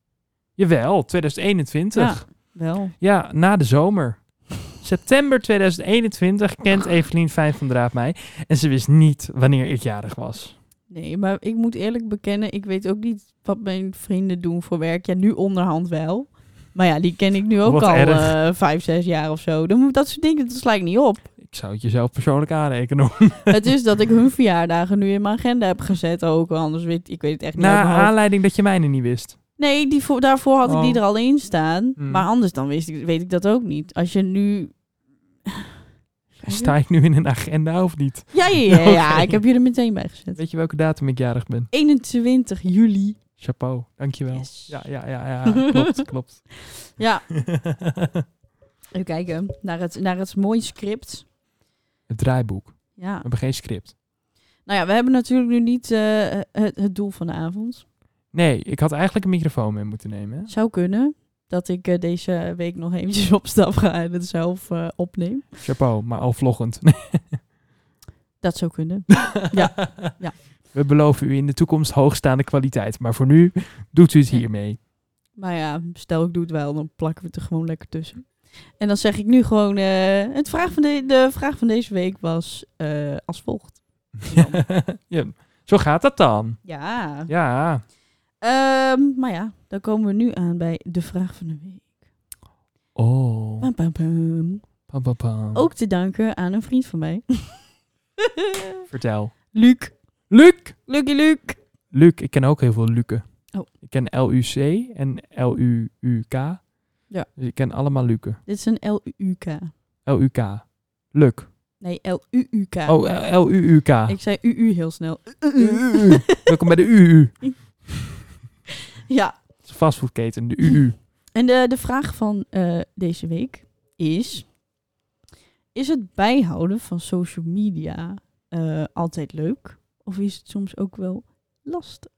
[SPEAKER 2] Jawel, 2021.
[SPEAKER 3] Wel.
[SPEAKER 2] Ja, na de zomer. September 2021 kent Evelien Fijn van Draaf mij. En ze wist niet wanneer ik jarig was.
[SPEAKER 3] Nee, maar ik moet eerlijk bekennen, ik weet ook niet wat mijn vrienden doen voor werk. Ja, nu onderhand wel. Maar ja, die ken ik nu ook
[SPEAKER 2] Wat
[SPEAKER 3] al
[SPEAKER 2] erg.
[SPEAKER 3] eh, vijf, zes jaar of zo. Dan moet- Dat soort dingen, dat sla ik niet op.
[SPEAKER 2] Ik zou het jezelf persoonlijk aanrekenen. hoor.
[SPEAKER 3] het is dat ik hun verjaardagen nu in mijn agenda heb gezet ook. Anders weet ik weet het echt niet uit
[SPEAKER 2] Na
[SPEAKER 3] mijn hoofd.
[SPEAKER 2] aanleiding dat je mijne niet wist.
[SPEAKER 3] Nee, die voor, daarvoor had ik die
[SPEAKER 2] Oh.
[SPEAKER 3] er al in staan.
[SPEAKER 2] Hmm.
[SPEAKER 3] Maar anders dan wist ik, weet ik dat ook niet. Als je nu... Mhm.
[SPEAKER 2] Sta ik nu in een agenda of niet?
[SPEAKER 3] Ja, ja, ja, ja,
[SPEAKER 2] Oké.
[SPEAKER 3] ik heb je er meteen bij gezet.
[SPEAKER 2] Weet je welke datum ik jarig ben?
[SPEAKER 3] 21 juli.
[SPEAKER 2] Chapeau, dankjewel.
[SPEAKER 3] Yes.
[SPEAKER 2] Ja, ja, ja, ja, klopt, klopt.
[SPEAKER 3] Ja, even kijken naar het, naar het mooie script.
[SPEAKER 2] het draaiboek.
[SPEAKER 3] Ja.
[SPEAKER 2] We hebben geen script.
[SPEAKER 3] Nou ja, we hebben natuurlijk nu niet eh, het, het doel van de avond.
[SPEAKER 2] Nee, ik had eigenlijk een microfoon mee moeten nemen. hè?
[SPEAKER 3] Zou kunnen dat ik eh, deze week nog eventjes op stap ga en het zelf eh, opneem.
[SPEAKER 2] Chapeau, maar al vloggend. Nee.
[SPEAKER 3] Dat zou kunnen. ja.
[SPEAKER 2] We beloven u in de toekomst hoogstaande kwaliteit. Maar voor nu doet u het
[SPEAKER 3] Ja.
[SPEAKER 2] hiermee.
[SPEAKER 3] Maar ja, stel ik doe het wel, dan plakken we het er gewoon lekker tussen. En dan zeg ik nu gewoon, eh, het vraag van de, de vraag van deze week was eh, als volgt.
[SPEAKER 2] ja. Zo gaat dat dan.
[SPEAKER 3] Ja.
[SPEAKER 2] Ja.
[SPEAKER 3] Ehm, maar ja, dan komen we nu aan bij de vraag van de week.
[SPEAKER 2] Oh.
[SPEAKER 3] Pam, pam, pam.
[SPEAKER 2] Pam, pam, pam.
[SPEAKER 3] Ook te danken aan een vriend van mij.
[SPEAKER 2] Vertel.
[SPEAKER 3] Luc.
[SPEAKER 2] Luc.
[SPEAKER 3] Lucky Luc.
[SPEAKER 2] Luc, ik ken ook heel veel Luken.
[SPEAKER 3] Oh.
[SPEAKER 2] Ik ken L-U-C en L-U-U-K.
[SPEAKER 3] Ja.
[SPEAKER 2] Dus ik ken allemaal Luken.
[SPEAKER 3] Dit is een L-U-U-K.
[SPEAKER 2] L-U-K. Luc.
[SPEAKER 3] Nee, L-U-U-K.
[SPEAKER 2] Oh, L-U-U-K.
[SPEAKER 3] Ik zei U-U heel snel.
[SPEAKER 2] U-U. Welkom bij de UU.
[SPEAKER 3] Ja,
[SPEAKER 2] Het is een fastfoodketen, de UU.
[SPEAKER 3] En de, de vraag van eh, deze week is: Is het bijhouden van social media eh, altijd leuk? Of is het soms ook wel lastig?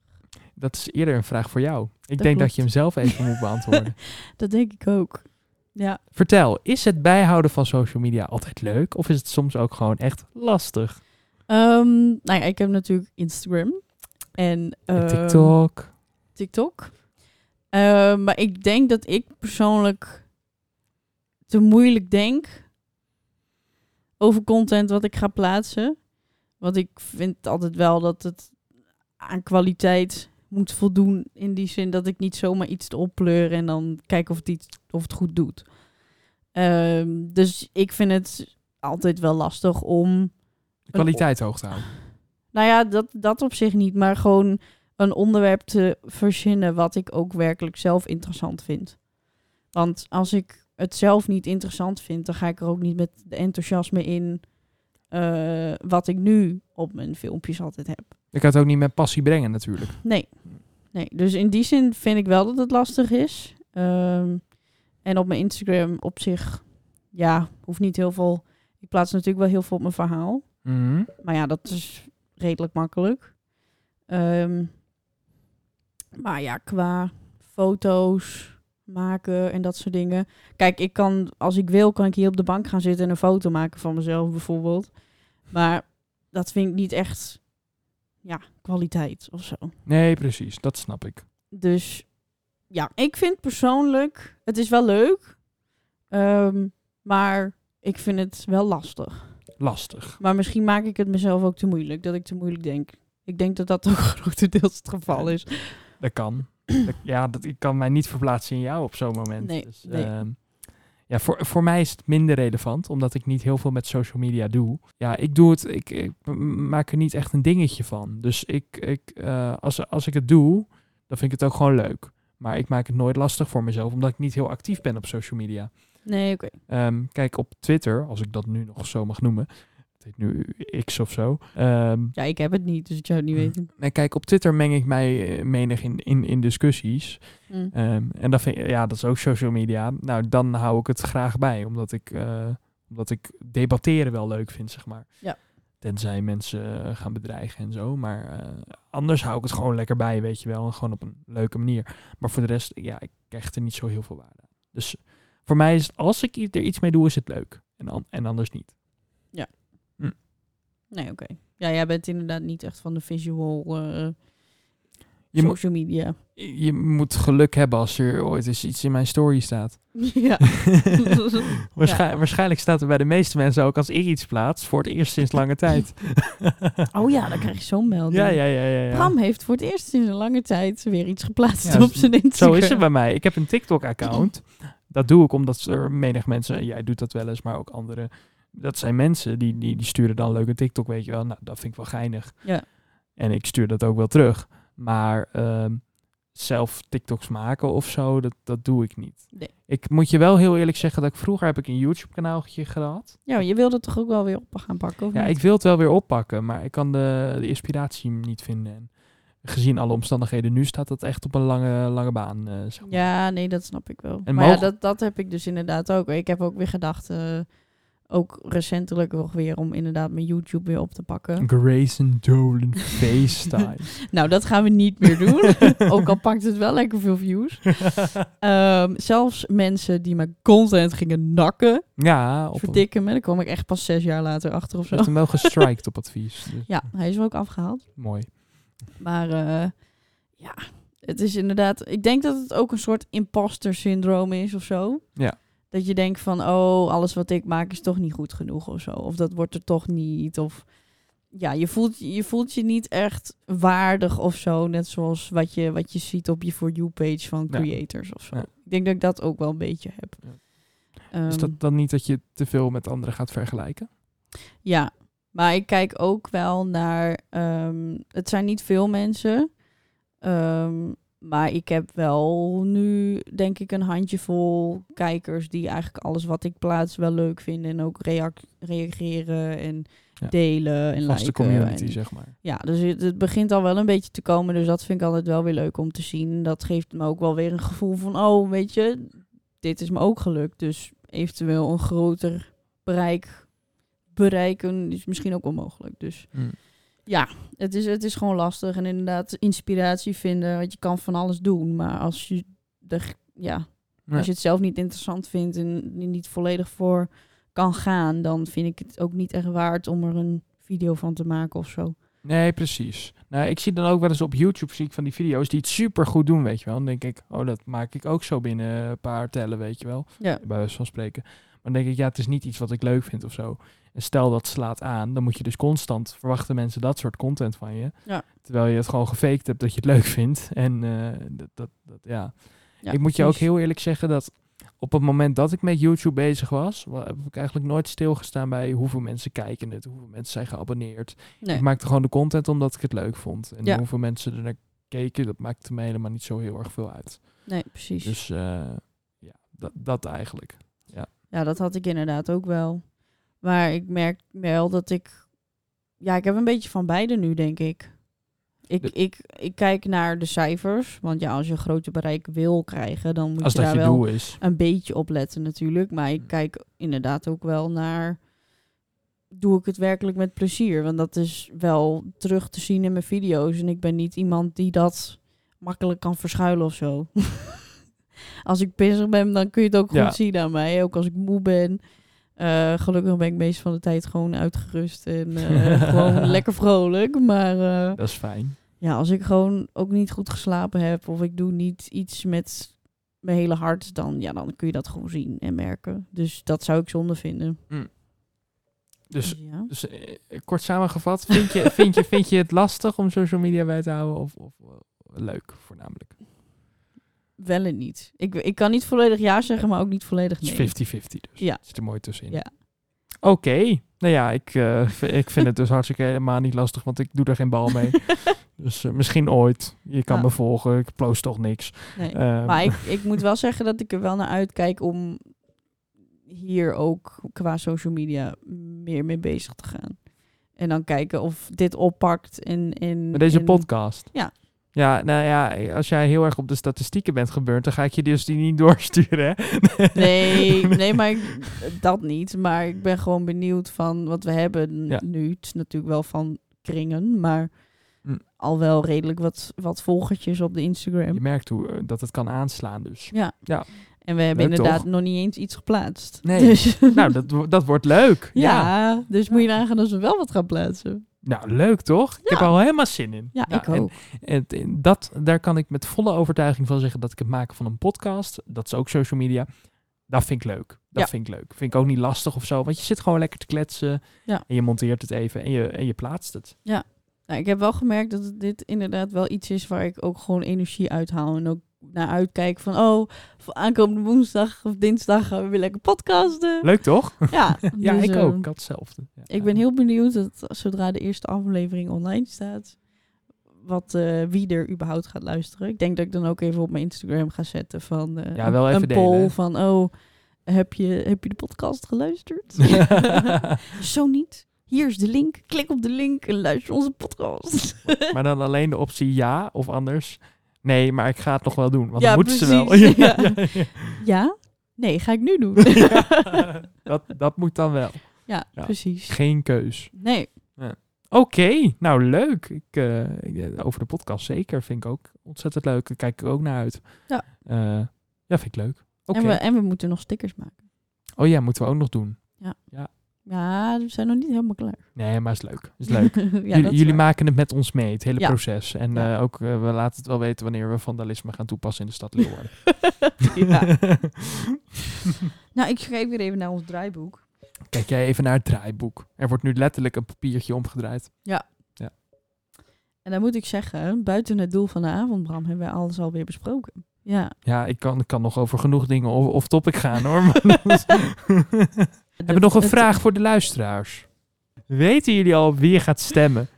[SPEAKER 2] Dat is eerder een vraag voor jou. Ik denk dat
[SPEAKER 3] klopt.
[SPEAKER 2] je hem zelf even moet beantwoorden.
[SPEAKER 3] Dat denk ik ook. Ja,
[SPEAKER 2] Vertel, is het bijhouden van social media altijd leuk? Of is het soms ook gewoon echt lastig?
[SPEAKER 3] ehm, nou ja, ik heb natuurlijk Instagram en,
[SPEAKER 2] En
[SPEAKER 3] ehm,
[SPEAKER 2] TikTok.
[SPEAKER 3] TikTok. Ehm, maar ik denk dat ik persoonlijk te moeilijk denk over content wat ik ga plaatsen. Want ik vind altijd wel dat het aan kwaliteit moet voldoen. In die zin dat ik niet zomaar iets te oppleuren en dan kijken of het, iets, of het goed doet. Ehm, dus ik vind het altijd wel lastig om
[SPEAKER 2] De kwaliteit hoog te houden.
[SPEAKER 3] nou ja, dat, dat op zich niet, maar gewoon een onderwerp te verzinnen wat ik ook werkelijk zelf interessant vind. Want als ik het zelf niet interessant vind, dan ga ik er ook niet met de enthousiasme in eh, wat ik nu op mijn filmpjes altijd heb.
[SPEAKER 2] Ik kan het ook niet met passie brengen natuurlijk.
[SPEAKER 3] Nee. nee. Dus in die zin vind ik wel dat het lastig is. Ehm, en op mijn Instagram op zich, ja, hoeft niet heel veel. Ik plaats natuurlijk wel heel veel op mijn verhaal.
[SPEAKER 2] Mhm.
[SPEAKER 3] Maar ja, dat is redelijk makkelijk. Ehm, maar ja, qua foto's maken en dat soort dingen. Kijk, ik kan, als ik wil, kan ik hier op de bank gaan zitten en een foto maken van mezelf bijvoorbeeld. Maar dat vind ik niet echt, ja, kwaliteit of zo.
[SPEAKER 2] Nee, precies. Dat snap ik.
[SPEAKER 3] Dus ja, ik vind persoonlijk, het is wel leuk, ehm, maar ik vind het wel lastig.
[SPEAKER 2] Lastig.
[SPEAKER 3] Maar misschien maak ik het mezelf ook te moeilijk, dat ik te moeilijk denk. Ik denk dat dat ook grotendeels het geval is.
[SPEAKER 2] Dat kan. Dat- ja, dat, ik kan mij niet verplaatsen in jou op zo'n moment.
[SPEAKER 3] Nee,
[SPEAKER 2] Dus,
[SPEAKER 3] nee.
[SPEAKER 2] ehm, ja, voor, voor mij is het minder relevant, omdat ik niet heel veel met social media doe. Ja, ik doe het, ik, ik m- maak er niet echt een dingetje van. Dus ik, ik, eh, als, als ik het doe, dan vind ik het ook gewoon leuk. Maar ik maak het nooit lastig voor mezelf, omdat ik niet heel actief ben op social media.
[SPEAKER 3] Nee, oké.
[SPEAKER 2] Ehm, kijk, op Twitter, als ik dat nu nog zo mag noemen. Het heet nu X of zo. ehm,
[SPEAKER 3] Ja, ik heb het niet, dus ik zou het niet
[SPEAKER 2] Hm.
[SPEAKER 3] weten.
[SPEAKER 2] nee, kijk, op Twitter meng ik mij eh, menig in, in, in discussies.
[SPEAKER 3] Hm.
[SPEAKER 2] Ehm, en dat vind ik- ja, dat is ook social media. Nou, dan hou ik het graag bij, omdat ik, eh, omdat ik debatteren wel leuk vind, zeg maar.
[SPEAKER 3] Ja.
[SPEAKER 2] Tenzij mensen eh, gaan bedreigen en zo. Maar eh, anders hou ik het gewoon lekker bij, weet je wel. En gewoon op een leuke manier. Maar voor de rest, ja, ik krijg er niet zo heel veel waarde aan. Dus voor mij is het, als ik i- er iets mee doe, is het leuk. En, an- en anders niet.
[SPEAKER 3] Nee, oké. Ja, jij bent inderdaad niet echt van de visual eh,
[SPEAKER 2] Je, moet
[SPEAKER 3] social media.
[SPEAKER 2] je moet geluk hebben als er ooit eens iets in mijn story staat.
[SPEAKER 3] ja.
[SPEAKER 2] Waarschij- Waarschijnlijk staat er bij de meeste mensen ook als ik iets plaats voor het eerst sinds lange tijd.
[SPEAKER 3] Oh ja, dan krijg je zo'n melding.
[SPEAKER 2] ja, ja, ja, ja. ja.
[SPEAKER 3] Bram heeft voor het eerst sinds een lange tijd weer iets geplaatst
[SPEAKER 2] Ja,
[SPEAKER 3] op zijn
[SPEAKER 2] Zo
[SPEAKER 3] Instagram.
[SPEAKER 2] is het bij mij. Ik heb een TikTok-account. Dat doe ik omdat er menig mensen, jij doet dat wel eens, maar ook anderen. Dat zijn mensen die, die, die sturen dan leuke TikTok, weet je wel. Nou, dat vind ik wel geinig.
[SPEAKER 3] Ja.
[SPEAKER 2] En ik stuur dat ook wel terug. Maar ehm, zelf TikToks maken of zo, dat, dat doe ik niet.
[SPEAKER 3] Nee.
[SPEAKER 2] Ik moet je wel heel eerlijk zeggen dat ik vroeger heb ik een YouTube-kanaaltje gehad.
[SPEAKER 3] Ja, maar je wilde het toch ook wel weer op gaan pakken? Of
[SPEAKER 2] Ja,
[SPEAKER 3] niet?
[SPEAKER 2] ik wil het wel weer oppakken, maar ik kan de, de inspiratie niet vinden. En gezien alle omstandigheden nu staat dat echt op een lange, lange baan. eh, zeg maar.
[SPEAKER 3] ja, nee, dat snap ik wel.
[SPEAKER 2] En
[SPEAKER 3] maar ja,
[SPEAKER 2] mogen-
[SPEAKER 3] dat, dat heb ik dus inderdaad ook. Ik heb ook weer gedacht, eh, ook recentelijk nog weer, om inderdaad mijn YouTube weer op te pakken.
[SPEAKER 2] Grayson Dolan FaceTime.
[SPEAKER 3] Nou, dat gaan we niet meer doen. ook al pakt het wel lekker veel views. Ehm, zelfs mensen die mijn content gingen nakken,
[SPEAKER 2] ja, op een,
[SPEAKER 3] verdikken me. Daar kwam ik echt pas zes jaar later achter of
[SPEAKER 2] ze
[SPEAKER 3] zo.
[SPEAKER 2] heeft hem wel gestrikt op advies. Dus
[SPEAKER 3] Ja, hij is er ook afgehaald.
[SPEAKER 2] Mooi.
[SPEAKER 3] Maar eh, ja, het is inderdaad. Ik denk dat het ook een soort imposter syndroom is of zo.
[SPEAKER 2] Ja.
[SPEAKER 3] Dat je denkt van, oh, alles wat ik maak is toch niet goed genoeg of zo. Of dat wordt er toch niet. Of ja, je voelt je, voelt je niet echt waardig of zo. Net zoals wat je, wat je ziet op je For You-page van
[SPEAKER 2] Ja.
[SPEAKER 3] creators of zo.
[SPEAKER 2] Ja.
[SPEAKER 3] Ik denk dat ik dat ook wel een beetje heb.
[SPEAKER 2] Ja.
[SPEAKER 3] Ehm,
[SPEAKER 2] Is dat dan niet dat je te veel met anderen gaat vergelijken?
[SPEAKER 3] ja, maar ik kijk ook wel naar. ehm, het zijn niet veel mensen. ehm, maar ik heb wel nu, denk ik, een handjevol kijkers die eigenlijk alles wat ik plaats wel leuk vinden. En ook reac- reageren en
[SPEAKER 2] Ja.
[SPEAKER 3] delen en
[SPEAKER 2] Vaste
[SPEAKER 3] liken.
[SPEAKER 2] community,
[SPEAKER 3] en-
[SPEAKER 2] zeg maar.
[SPEAKER 3] ja, dus het, het begint al wel een beetje te komen. Dus dat vind ik altijd wel weer leuk om te zien. Dat geeft me ook wel weer een gevoel van, oh, weet je, dit is me ook gelukt. Dus eventueel een groter bereik bereiken is misschien ook wel mogelijk. Dus
[SPEAKER 2] Mm.
[SPEAKER 3] ja, het is, het is gewoon lastig. En inderdaad, inspiratie vinden, want je kan van alles doen. Maar als je, de, ja,
[SPEAKER 2] Ja.
[SPEAKER 3] als je het zelf niet interessant vindt en er niet volledig voor kan gaan, dan vind ik het ook niet echt waard om er een video van te maken of zo.
[SPEAKER 2] Nee, precies. Nou, ik zie dan ook wel eens op YouTube zie ik van die video's die het super goed doen, weet je wel. Dan denk ik, oh, dat maak ik ook zo binnen een paar tellen, weet je wel.
[SPEAKER 3] Ja.
[SPEAKER 2] Bij wijze van spreken. Maar dan denk ik, ja, het is niet iets wat ik leuk vind of zo. En stel dat slaat aan, dan moet je dus constant verwachten mensen dat soort content van je.
[SPEAKER 3] Ja.
[SPEAKER 2] Terwijl je het gewoon gefaked hebt dat je het leuk vindt. En eh, dat, dat, dat, ja.
[SPEAKER 3] Ja,
[SPEAKER 2] ik moet je ook
[SPEAKER 3] precies.
[SPEAKER 2] heel eerlijk zeggen dat op het moment dat ik met YouTube bezig was, wa- heb ik eigenlijk nooit stilgestaan bij hoeveel mensen kijken het, hoeveel mensen zijn geabonneerd.
[SPEAKER 3] Nee.
[SPEAKER 2] Ik maakte gewoon de content omdat ik het leuk vond. En
[SPEAKER 3] Ja.
[SPEAKER 2] hoeveel mensen er naar keken, dat maakte me helemaal niet zo heel erg veel uit.
[SPEAKER 3] Nee, precies.
[SPEAKER 2] Dus eh, ja, dat, dat eigenlijk.
[SPEAKER 3] Ja, dat had ik inderdaad ook wel. Maar ik merk wel dat ik... Ja, ik heb een beetje van beide nu, denk ik. Ik,
[SPEAKER 2] De-
[SPEAKER 3] ik, ik kijk naar de cijfers. Want ja, als je een grote bereik wil krijgen, dan moet
[SPEAKER 2] Als
[SPEAKER 3] je
[SPEAKER 2] dat
[SPEAKER 3] daar
[SPEAKER 2] je
[SPEAKER 3] wel
[SPEAKER 2] doel is.
[SPEAKER 3] een beetje op letten natuurlijk. Maar ik kijk inderdaad ook wel naar... Doe ik het werkelijk met plezier? Want dat is wel terug te zien in mijn video's. En ik ben niet iemand die dat makkelijk kan verschuilen of zo. als ik pissig ben, dan kun je het ook goed
[SPEAKER 2] Ja.
[SPEAKER 3] zien aan mij. Ook als ik moe ben. Eh, gelukkig ben ik meestal van de tijd gewoon uitgerust en eh, gewoon lekker vrolijk. Maar eh,
[SPEAKER 2] Dat is fijn.
[SPEAKER 3] ja, als ik gewoon ook niet goed geslapen heb of ik doe niet iets met mijn hele hart, dan, ja, dan kun je dat gewoon zien en merken. Dus dat zou ik zonde vinden.
[SPEAKER 2] Dus,
[SPEAKER 3] ja.
[SPEAKER 2] dus eh, kort samengevat, vind je, vind, je, vind je het lastig om social media bij te houden of, of eh, leuk voornamelijk?
[SPEAKER 3] Wel en niet. Ik, ik kan niet volledig ja zeggen, maar ook niet volledig
[SPEAKER 2] Het is
[SPEAKER 3] nee.
[SPEAKER 2] 50-50 dus.
[SPEAKER 3] Ja.
[SPEAKER 2] Het zit er mooi tussenin.
[SPEAKER 3] Ja.
[SPEAKER 2] Oké. Nou ja, ik, eh, v- ik vind het dus hartstikke helemaal niet lastig, want ik doe er geen bal mee. dus eh, misschien ooit. Je kan
[SPEAKER 3] Ja.
[SPEAKER 2] me volgen. Ik post toch niks.
[SPEAKER 3] Nee.
[SPEAKER 2] Ehm,
[SPEAKER 3] Maar ik, ik moet wel zeggen dat ik er wel naar uitkijk om hier ook qua social media meer mee bezig te gaan. En dan kijken of dit oppakt en... en
[SPEAKER 2] Met deze
[SPEAKER 3] en-
[SPEAKER 2] podcast.
[SPEAKER 3] Ja.
[SPEAKER 2] Ja, nou ja, als jij heel erg op de statistieken bent gebeurd, dan ga ik je dus die niet doorsturen. Hè?
[SPEAKER 3] Nee, nee, maar ik- dat niet. Maar ik ben gewoon benieuwd van wat we hebben
[SPEAKER 2] Ja.
[SPEAKER 3] nu. Het is natuurlijk wel van kringen, maar
[SPEAKER 2] Hm.
[SPEAKER 3] al wel redelijk wat, wat volgertjes op de Instagram.
[SPEAKER 2] Je merkt hoe, eh, dat het kan aanslaan dus.
[SPEAKER 3] En we hebben
[SPEAKER 2] Leuk,
[SPEAKER 3] inderdaad
[SPEAKER 2] toch?
[SPEAKER 3] nog niet eens iets geplaatst.
[SPEAKER 2] Nee.
[SPEAKER 3] Dus,
[SPEAKER 2] nou, dat, wo- dat wordt leuk.
[SPEAKER 3] ja, dus moet je nagaan als we wel wat gaan plaatsen.
[SPEAKER 2] Nou, leuk toch? Ik heb
[SPEAKER 3] Ja.
[SPEAKER 2] er al helemaal zin in.
[SPEAKER 3] Ja,
[SPEAKER 2] Nou,
[SPEAKER 3] ik
[SPEAKER 2] en-
[SPEAKER 3] ook.
[SPEAKER 2] En, en dat, daar kan ik met volle overtuiging van zeggen dat ik het maken van een podcast, dat is ook social media, dat vind ik leuk. Dat
[SPEAKER 3] Ja.
[SPEAKER 2] vind ik leuk. Vind ik ook niet lastig of zo, want je zit gewoon lekker te kletsen
[SPEAKER 3] Ja.
[SPEAKER 2] en je monteert het even en je, en je plaatst het.
[SPEAKER 3] Nou, ik heb wel gemerkt dat dit inderdaad wel iets is waar ik ook gewoon energie uithaal. En ook naar uitkijk van, oh, voor aankomende woensdag of dinsdag gaan we weer lekker podcasten.
[SPEAKER 2] Leuk toch?
[SPEAKER 3] Ja,
[SPEAKER 2] ja,
[SPEAKER 3] dus,
[SPEAKER 2] ik
[SPEAKER 3] eh,
[SPEAKER 2] ook. Ik had hetzelfde. Ja.
[SPEAKER 3] Ik ben heel benieuwd dat zodra de eerste aflevering online staat, wat, eh, wie er überhaupt gaat luisteren. Ik denk dat ik dan ook even op mijn Instagram ga zetten van eh,
[SPEAKER 2] Ja, wel even
[SPEAKER 3] een
[SPEAKER 2] delen,
[SPEAKER 3] poll
[SPEAKER 2] hè?
[SPEAKER 3] van, oh, heb je, heb je de podcast geluisterd? Zo niet. Hier is de link. Klik op de link en luister onze podcast.
[SPEAKER 2] maar dan alleen de optie ja of anders. Nee, maar ik ga het nog wel doen, want
[SPEAKER 3] Ja,
[SPEAKER 2] dan moeten
[SPEAKER 3] precies.
[SPEAKER 2] ze wel. Ja, ja, ja.
[SPEAKER 3] ja? Nee, ga ik nu doen.
[SPEAKER 2] Ja, dat, dat moet dan wel.
[SPEAKER 3] ja,
[SPEAKER 2] Ja.
[SPEAKER 3] precies.
[SPEAKER 2] Geen keus.
[SPEAKER 3] Nee,
[SPEAKER 2] Oké, nou leuk. Ik, eh, ik, eh, over de podcast zeker vind ik ook ontzettend leuk. Daar kijk ik ook naar uit.
[SPEAKER 3] Ja.
[SPEAKER 2] Eh, ja, vind ik leuk. Oké.
[SPEAKER 3] en, we, en we moeten nog stickers maken.
[SPEAKER 2] Oh ja, moeten we ook nog doen.
[SPEAKER 3] Ja, we zijn nog niet helemaal klaar.
[SPEAKER 2] Nee, maar is leuk. Is leuk.
[SPEAKER 3] Ja,
[SPEAKER 2] jullie
[SPEAKER 3] dat is
[SPEAKER 2] jullie
[SPEAKER 3] waar.
[SPEAKER 2] maken het met ons mee, het hele
[SPEAKER 3] Ja.
[SPEAKER 2] proces. En
[SPEAKER 3] Ja.
[SPEAKER 2] eh, ook, eh, we laten het wel weten wanneer we vandalisme gaan toepassen in de stad Leeuwarden.
[SPEAKER 3] Ja. Nou, ik schrijf weer even naar ons draaiboek.
[SPEAKER 2] Kijk jij even naar het draaiboek. Er wordt nu letterlijk een papiertje omgedraaid.
[SPEAKER 3] En dan moet ik zeggen, buiten het doel van de avond, Bram, hebben wij alles alweer besproken. Ja,
[SPEAKER 2] Ja, ik kan, ik kan nog over genoeg dingen of, of topic gaan hoor. maar dat is- Hebben we nog een
[SPEAKER 3] het-
[SPEAKER 2] vraag voor de luisteraars? Weten jullie al wie je gaat stemmen?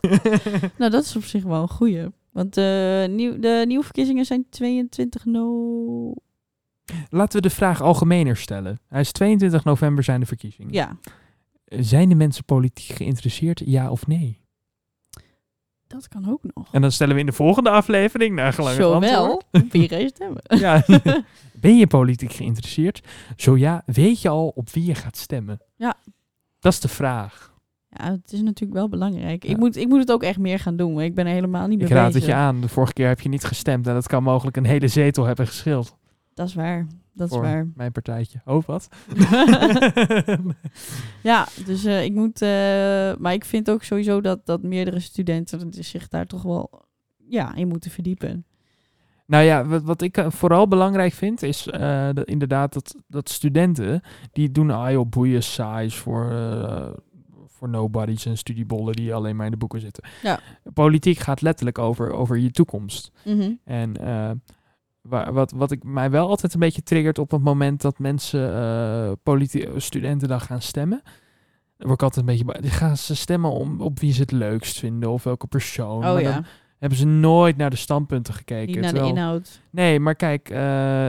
[SPEAKER 3] nou, dat is op zich wel een goeie. Want eh, nieuw, de nieuwe verkiezingen zijn 22 no...
[SPEAKER 2] Laten we de vraag algemener stellen. Hij is 22 november zijn de verkiezingen.
[SPEAKER 3] Ja,
[SPEAKER 2] Zijn de mensen politiek geïnteresseerd, ja of nee?
[SPEAKER 3] dat kan ook nog.
[SPEAKER 2] En dan stellen we in de volgende aflevering, naar gelang het antwoord.
[SPEAKER 3] Zowel, op wie ga je stemmen?
[SPEAKER 2] Ja. ben je politiek geïnteresseerd? Zo ja, weet je al op wie je gaat stemmen?
[SPEAKER 3] Ja.
[SPEAKER 2] Dat is de vraag.
[SPEAKER 3] Ja, het is natuurlijk wel belangrijk.
[SPEAKER 2] Ja.
[SPEAKER 3] Ik, moet, ik moet het ook echt meer gaan doen, want ik ben er helemaal niet
[SPEAKER 2] Ik
[SPEAKER 3] mee
[SPEAKER 2] raad het
[SPEAKER 3] bezig.
[SPEAKER 2] je aan. De vorige keer heb je niet gestemd en dat kan mogelijk een hele zetel hebben geschild.
[SPEAKER 3] Dat is waar, dat is
[SPEAKER 2] Voor
[SPEAKER 3] waar.
[SPEAKER 2] Mijn partijtje. Oh, wat?
[SPEAKER 3] Ja, dus eh, ik moet. eh, maar ik vind ook sowieso dat, dat meerdere studenten zich daar toch wel ja, in moeten verdiepen.
[SPEAKER 2] Nou ja, wat, wat ik eh, vooral belangrijk vind is eh, dat inderdaad dat, dat studenten die doen ah joh, boeien saais voor, eh, voor nobodies en studiebollen die alleen maar in de boeken zitten.
[SPEAKER 3] Ja.
[SPEAKER 2] Politiek gaat letterlijk over, over je toekomst.
[SPEAKER 3] Mhm.
[SPEAKER 2] En eh, wa- wat, wat ik mij wel altijd een beetje triggert op het moment dat mensen, eh politie- studenten dan gaan stemmen. Dan word ik altijd een beetje... ba- Gaan ze stemmen om, op wie ze het leukst vinden of welke persoon.
[SPEAKER 3] Oh
[SPEAKER 2] Maar dan
[SPEAKER 3] ja,
[SPEAKER 2] hebben ze nooit naar de standpunten gekeken.
[SPEAKER 3] niet naar de
[SPEAKER 2] terwijl-
[SPEAKER 3] inhoud.
[SPEAKER 2] Nee, maar kijk, eh,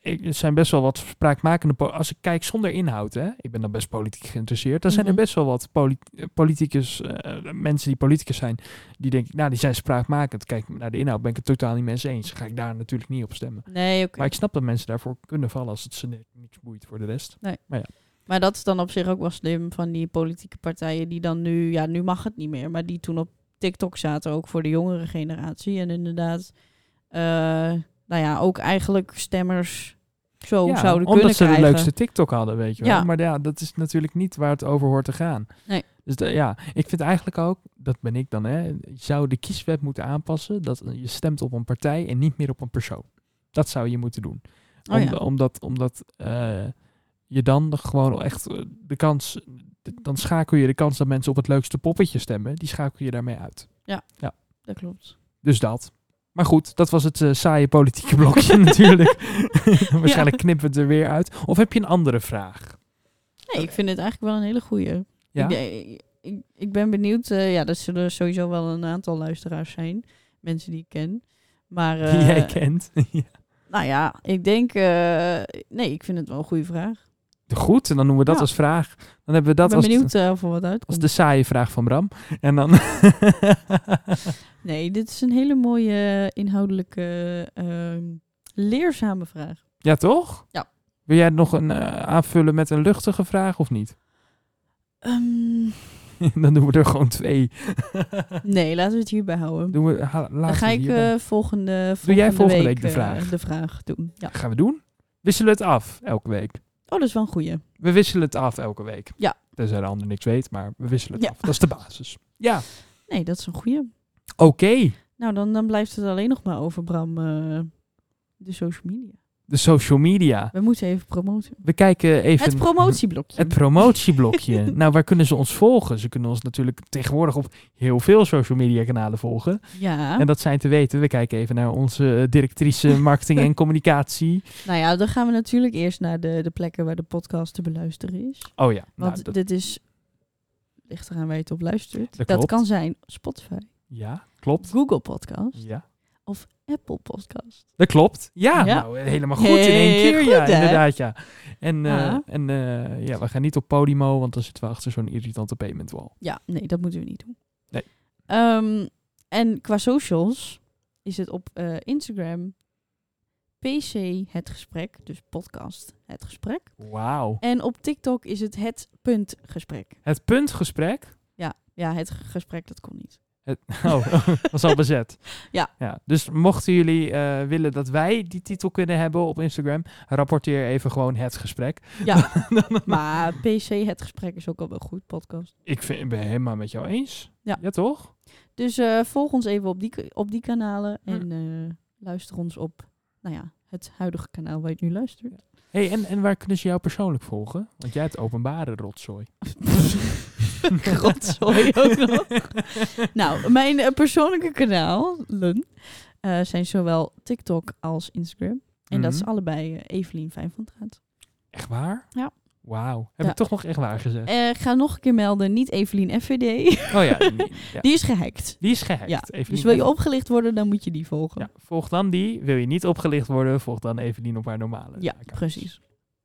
[SPEAKER 2] ik- er zijn best wel wat spraakmakende... po- Als ik kijk zonder inhoud, hè, ik ben dan best politiek geïnteresseerd... dan zijn er
[SPEAKER 3] Mhm.
[SPEAKER 2] best wel wat poli- eh, politicus, eh, mensen die politicus zijn... die denken, nou, die zijn spraakmakend. Kijk, naar de inhoud ben ik het totaal niet mee eens eens. Ga ik daar natuurlijk niet op stemmen.
[SPEAKER 3] Nee, oké.
[SPEAKER 2] Maar ik snap dat mensen daarvoor kunnen vallen... als het ze ni- niks boeit voor de rest.
[SPEAKER 3] Maar dat is dan op zich ook wel slim van die politieke partijen die dan nu, ja, nu mag het niet meer, maar die toen op TikTok zaten ook voor de jongere generatie. En inderdaad, eh, nou ja, ook eigenlijk stemmers zo
[SPEAKER 2] Ja,
[SPEAKER 3] Oh, zouden
[SPEAKER 2] omdat
[SPEAKER 3] kunnen
[SPEAKER 2] ze
[SPEAKER 3] krijgen.
[SPEAKER 2] de leukste TikTok hadden, weet je wel.
[SPEAKER 3] Ja.
[SPEAKER 2] Maar ja, dat is natuurlijk niet waar het over hoort te gaan.
[SPEAKER 3] Nee.
[SPEAKER 2] Dus de- ja, ik vind eigenlijk ook, dat ben ik dan, hè, je zou de kieswet moeten aanpassen dat je stemt op een partij en niet meer op een persoon. Dat zou je moeten doen.
[SPEAKER 3] Oh ja.
[SPEAKER 2] Om- Omdat, omdat eh, je dan de- gewoon echt eh, de kans, de- dan schakel je de kans dat mensen op het leukste poppetje stemmen, die schakel je daarmee uit.
[SPEAKER 3] Dat klopt.
[SPEAKER 2] Dus dat. Maar goed, dat was het eh, saaie politieke blokje natuurlijk. Waarschijnlijk knippen we het er weer uit. Of heb je een andere vraag?
[SPEAKER 3] Nee, ik vind het eigenlijk wel een hele goeie.
[SPEAKER 2] Ja?
[SPEAKER 3] Ik, ik- ik, ik ben benieuwd. eh, ja, er zullen sowieso wel een aantal luisteraars zijn. Mensen die ik ken. Maar
[SPEAKER 2] Die
[SPEAKER 3] eh,
[SPEAKER 2] jij kent. Ja.
[SPEAKER 3] nou ja, ik denk... eh, nee, ik vind het wel een goede vraag.
[SPEAKER 2] Goed, en dan noemen we dat
[SPEAKER 3] Ja.
[SPEAKER 2] als vraag. Dan hebben we dat
[SPEAKER 3] ik ben
[SPEAKER 2] als,
[SPEAKER 3] benieuwd eh, of er wat
[SPEAKER 2] als
[SPEAKER 3] uitkomt.
[SPEAKER 2] de saaie vraag van Bram. En dan...
[SPEAKER 3] Nee, dit is een hele mooie eh, inhoudelijke... ehm, leerzame vraag.
[SPEAKER 2] ja, toch?
[SPEAKER 3] Ja.
[SPEAKER 2] Wil jij nog een eh, aanvullen met een luchtige vraag of niet?
[SPEAKER 3] Ehm,
[SPEAKER 2] dan doen we er gewoon twee.
[SPEAKER 3] nee, laten we het hierbij houden.
[SPEAKER 2] Doen we, ha, laten
[SPEAKER 3] Dan ga
[SPEAKER 2] we
[SPEAKER 3] ik
[SPEAKER 2] hierbij.
[SPEAKER 3] eh, volgende, volgende,
[SPEAKER 2] Doe jij volgende week de
[SPEAKER 3] eh,
[SPEAKER 2] vraag?
[SPEAKER 3] de vraag doen. Ja.
[SPEAKER 2] Gaan we doen? Wisselen we het af elke week.
[SPEAKER 3] Oh, dat is wel een goeie.
[SPEAKER 2] We wisselen het af elke week.
[SPEAKER 3] Ja.
[SPEAKER 2] Tenzij de ander niks weet, maar we wisselen het
[SPEAKER 3] Ja.
[SPEAKER 2] af. Dat is de basis. Ja,
[SPEAKER 3] Nee, dat is een goeie.
[SPEAKER 2] oké.
[SPEAKER 3] Nou, dan, dan blijft het alleen nog maar over, Bram, eh, de social media.
[SPEAKER 2] De social media.
[SPEAKER 3] We moeten even promoten.
[SPEAKER 2] We kijken even...
[SPEAKER 3] Het promotieblokje.
[SPEAKER 2] Het promotieblokje. nou, waar kunnen ze ons volgen? Ze kunnen ons natuurlijk tegenwoordig op heel veel social media kanalen volgen.
[SPEAKER 3] ja,
[SPEAKER 2] En dat zijn te weten. We kijken even naar onze eh, directrice marketing en communicatie.
[SPEAKER 3] nou ja, dan gaan we natuurlijk eerst naar de, de plekken waar de podcast te beluisteren is.
[SPEAKER 2] Oh ja, nou,
[SPEAKER 3] Want
[SPEAKER 2] dat-
[SPEAKER 3] dit is, ligt eraan waar je het op luistert.
[SPEAKER 2] Dat
[SPEAKER 3] Dat,
[SPEAKER 2] klopt.
[SPEAKER 3] kan zijn Spotify,
[SPEAKER 2] ja, klopt.
[SPEAKER 3] Google Podcast,
[SPEAKER 2] Ja,
[SPEAKER 3] Apple Podcast.
[SPEAKER 2] dat klopt. Ja,
[SPEAKER 3] Ja.
[SPEAKER 2] nou, eh, helemaal goed in één
[SPEAKER 3] Heel
[SPEAKER 2] keer. ja,
[SPEAKER 3] goed, hè?
[SPEAKER 2] inderdaad, ja. En, eh,
[SPEAKER 3] Ja.
[SPEAKER 2] en eh, ja, we gaan niet op Podimo, want dan zitten we achter zo'n irritante payment wall.
[SPEAKER 3] Ja, nee, dat moeten we niet doen.
[SPEAKER 2] Nee.
[SPEAKER 3] Ehm, en qua socials is het op eh, Instagram PC het gesprek, dus podcast het gesprek.
[SPEAKER 2] Wauw.
[SPEAKER 3] En op TikTok is het het punt gesprek.
[SPEAKER 2] Het puntgesprek.
[SPEAKER 3] Ja, ja het g- gesprek, dat kon niet.
[SPEAKER 2] Het, oh, was al bezet.
[SPEAKER 3] Ja.
[SPEAKER 2] ja. Dus mochten jullie eh, willen dat wij die titel kunnen hebben op Instagram, rapporteer even gewoon het gesprek.
[SPEAKER 3] Ja, maar PC het gesprek is ook al wel goed, podcast.
[SPEAKER 2] Ik vind, ik ben helemaal met jou eens.
[SPEAKER 3] Ja.
[SPEAKER 2] ja toch?
[SPEAKER 3] Dus eh, volg ons even op die, k- op die kanalen en eh, luister ons op, nou ja, het huidige kanaal waar je het nu luistert.
[SPEAKER 2] Hey, en, en waar kunnen ze jou persoonlijk volgen? Want jij hebt openbare rotzooi.
[SPEAKER 3] Rotzooi ook nog. Nou, mijn eh, persoonlijke kanalen eh, zijn zowel TikTok als Instagram. En dat is
[SPEAKER 2] Mhm.
[SPEAKER 3] allebei eh, Evelien Fijn van Traat.
[SPEAKER 2] Echt waar?
[SPEAKER 3] Ja.
[SPEAKER 2] Wauw. Heb
[SPEAKER 3] Ja.
[SPEAKER 2] ik toch nog echt waar gezegd?
[SPEAKER 3] Eh, ik ga nog een keer melden, niet Evelien FVD.
[SPEAKER 2] Oh ja, nee, ja.
[SPEAKER 3] Die is gehackt.
[SPEAKER 2] die is gehackt.
[SPEAKER 3] Ja,
[SPEAKER 2] Evelien
[SPEAKER 3] Dus wil je
[SPEAKER 2] F.
[SPEAKER 3] opgelicht worden, dan moet je die volgen.
[SPEAKER 2] Ja, volg dan die. Wil je niet opgelicht worden, volg dan Evelien op haar normale.
[SPEAKER 3] Ja,
[SPEAKER 2] accounts.
[SPEAKER 3] precies.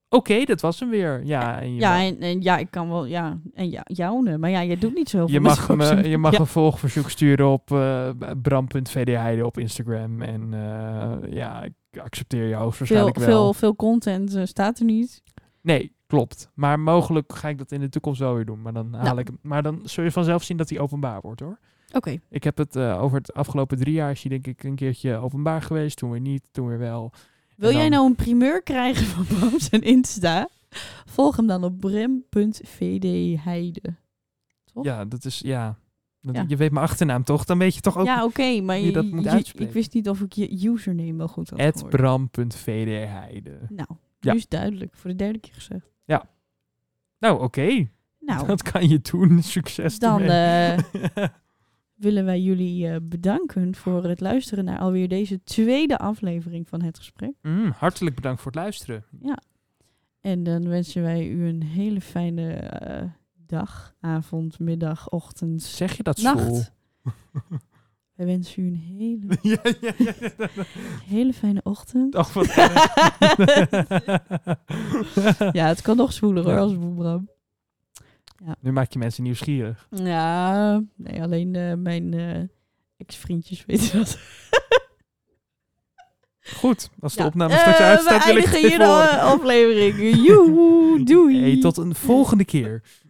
[SPEAKER 2] Oké, dat was hem weer. Ja, en je
[SPEAKER 3] Ja,
[SPEAKER 2] mag,
[SPEAKER 3] en, en ja, ik kan wel, ja, en ja, jouwne. Maar ja, jij doet niet zo heel
[SPEAKER 2] je
[SPEAKER 3] veel
[SPEAKER 2] mag, eh,
[SPEAKER 3] met
[SPEAKER 2] me,
[SPEAKER 3] social
[SPEAKER 2] je mag
[SPEAKER 3] media.
[SPEAKER 2] een volgverzoek sturen op eh bram.vdheide op Instagram. En eh, ja, ik accepteer je
[SPEAKER 3] veel,
[SPEAKER 2] hoogstwaarschijnlijk wel.
[SPEAKER 3] veel, veel content eh, staat er niet.
[SPEAKER 2] Nee, klopt. Maar mogelijk ga ik dat in de toekomst wel weer doen. Maar dan, haal
[SPEAKER 3] Nou.
[SPEAKER 2] ik, hem- maar dan zul je vanzelf zien dat die openbaar wordt hoor.
[SPEAKER 3] Oké,
[SPEAKER 2] Ik heb het eh, over het afgelopen drie jaar is die denk ik een keertje openbaar geweest. Toen weer niet, toen weer wel.
[SPEAKER 3] wil
[SPEAKER 2] En
[SPEAKER 3] jij
[SPEAKER 2] dan-
[SPEAKER 3] nou een primeur krijgen van Bram zijn Insta? Volg hem dan op brem.vdheide. Toch?
[SPEAKER 2] Ja, dat is ja. Dat-
[SPEAKER 3] Ja.
[SPEAKER 2] Je weet mijn achternaam toch? Dan weet je toch ook
[SPEAKER 3] Ja, oké, maar
[SPEAKER 2] hoe je dat moet uitspreken.
[SPEAKER 3] ik wist niet of ik je username wel goed had
[SPEAKER 2] het
[SPEAKER 3] gehoord.
[SPEAKER 2] bram.vdheide.
[SPEAKER 3] Nou,
[SPEAKER 2] Ja.
[SPEAKER 3] nu is het duidelijk. Voor de derde keer gezegd.
[SPEAKER 2] Nou, oké.
[SPEAKER 3] Nou,
[SPEAKER 2] Dat kan je doen. Succes
[SPEAKER 3] dan
[SPEAKER 2] ermee.
[SPEAKER 3] eh, willen wij jullie eh, bedanken voor het luisteren naar alweer deze tweede aflevering van Het Gesprek.
[SPEAKER 2] Mm, hartelijk bedankt voor het luisteren.
[SPEAKER 3] En dan wensen wij u een hele fijne eh, dag, avond, middag, ochtend,
[SPEAKER 2] Zeg je dat school?
[SPEAKER 3] nacht. wij wensen u een hele,
[SPEAKER 2] ja, ja, ja, ja.
[SPEAKER 3] hele fijne ochtend.
[SPEAKER 2] Dag wat erg.
[SPEAKER 3] Ja, het kan nog zwoeler hoor,
[SPEAKER 2] Ja.
[SPEAKER 3] als Boebram.
[SPEAKER 2] Nu maak je mensen nieuwsgierig.
[SPEAKER 3] Ja, nee, alleen eh, mijn eh, ex-vriendjes weten dat.
[SPEAKER 2] Goed, als de
[SPEAKER 3] Ja.
[SPEAKER 2] opname straks
[SPEAKER 3] Eh,
[SPEAKER 2] uitstaat,
[SPEAKER 3] we
[SPEAKER 2] wil ik
[SPEAKER 3] eindigen
[SPEAKER 2] het
[SPEAKER 3] hier
[SPEAKER 2] even
[SPEAKER 3] de
[SPEAKER 2] horen.
[SPEAKER 3] eh, aflevering. Joehoe, doei.
[SPEAKER 2] Hey, tot een volgende keer.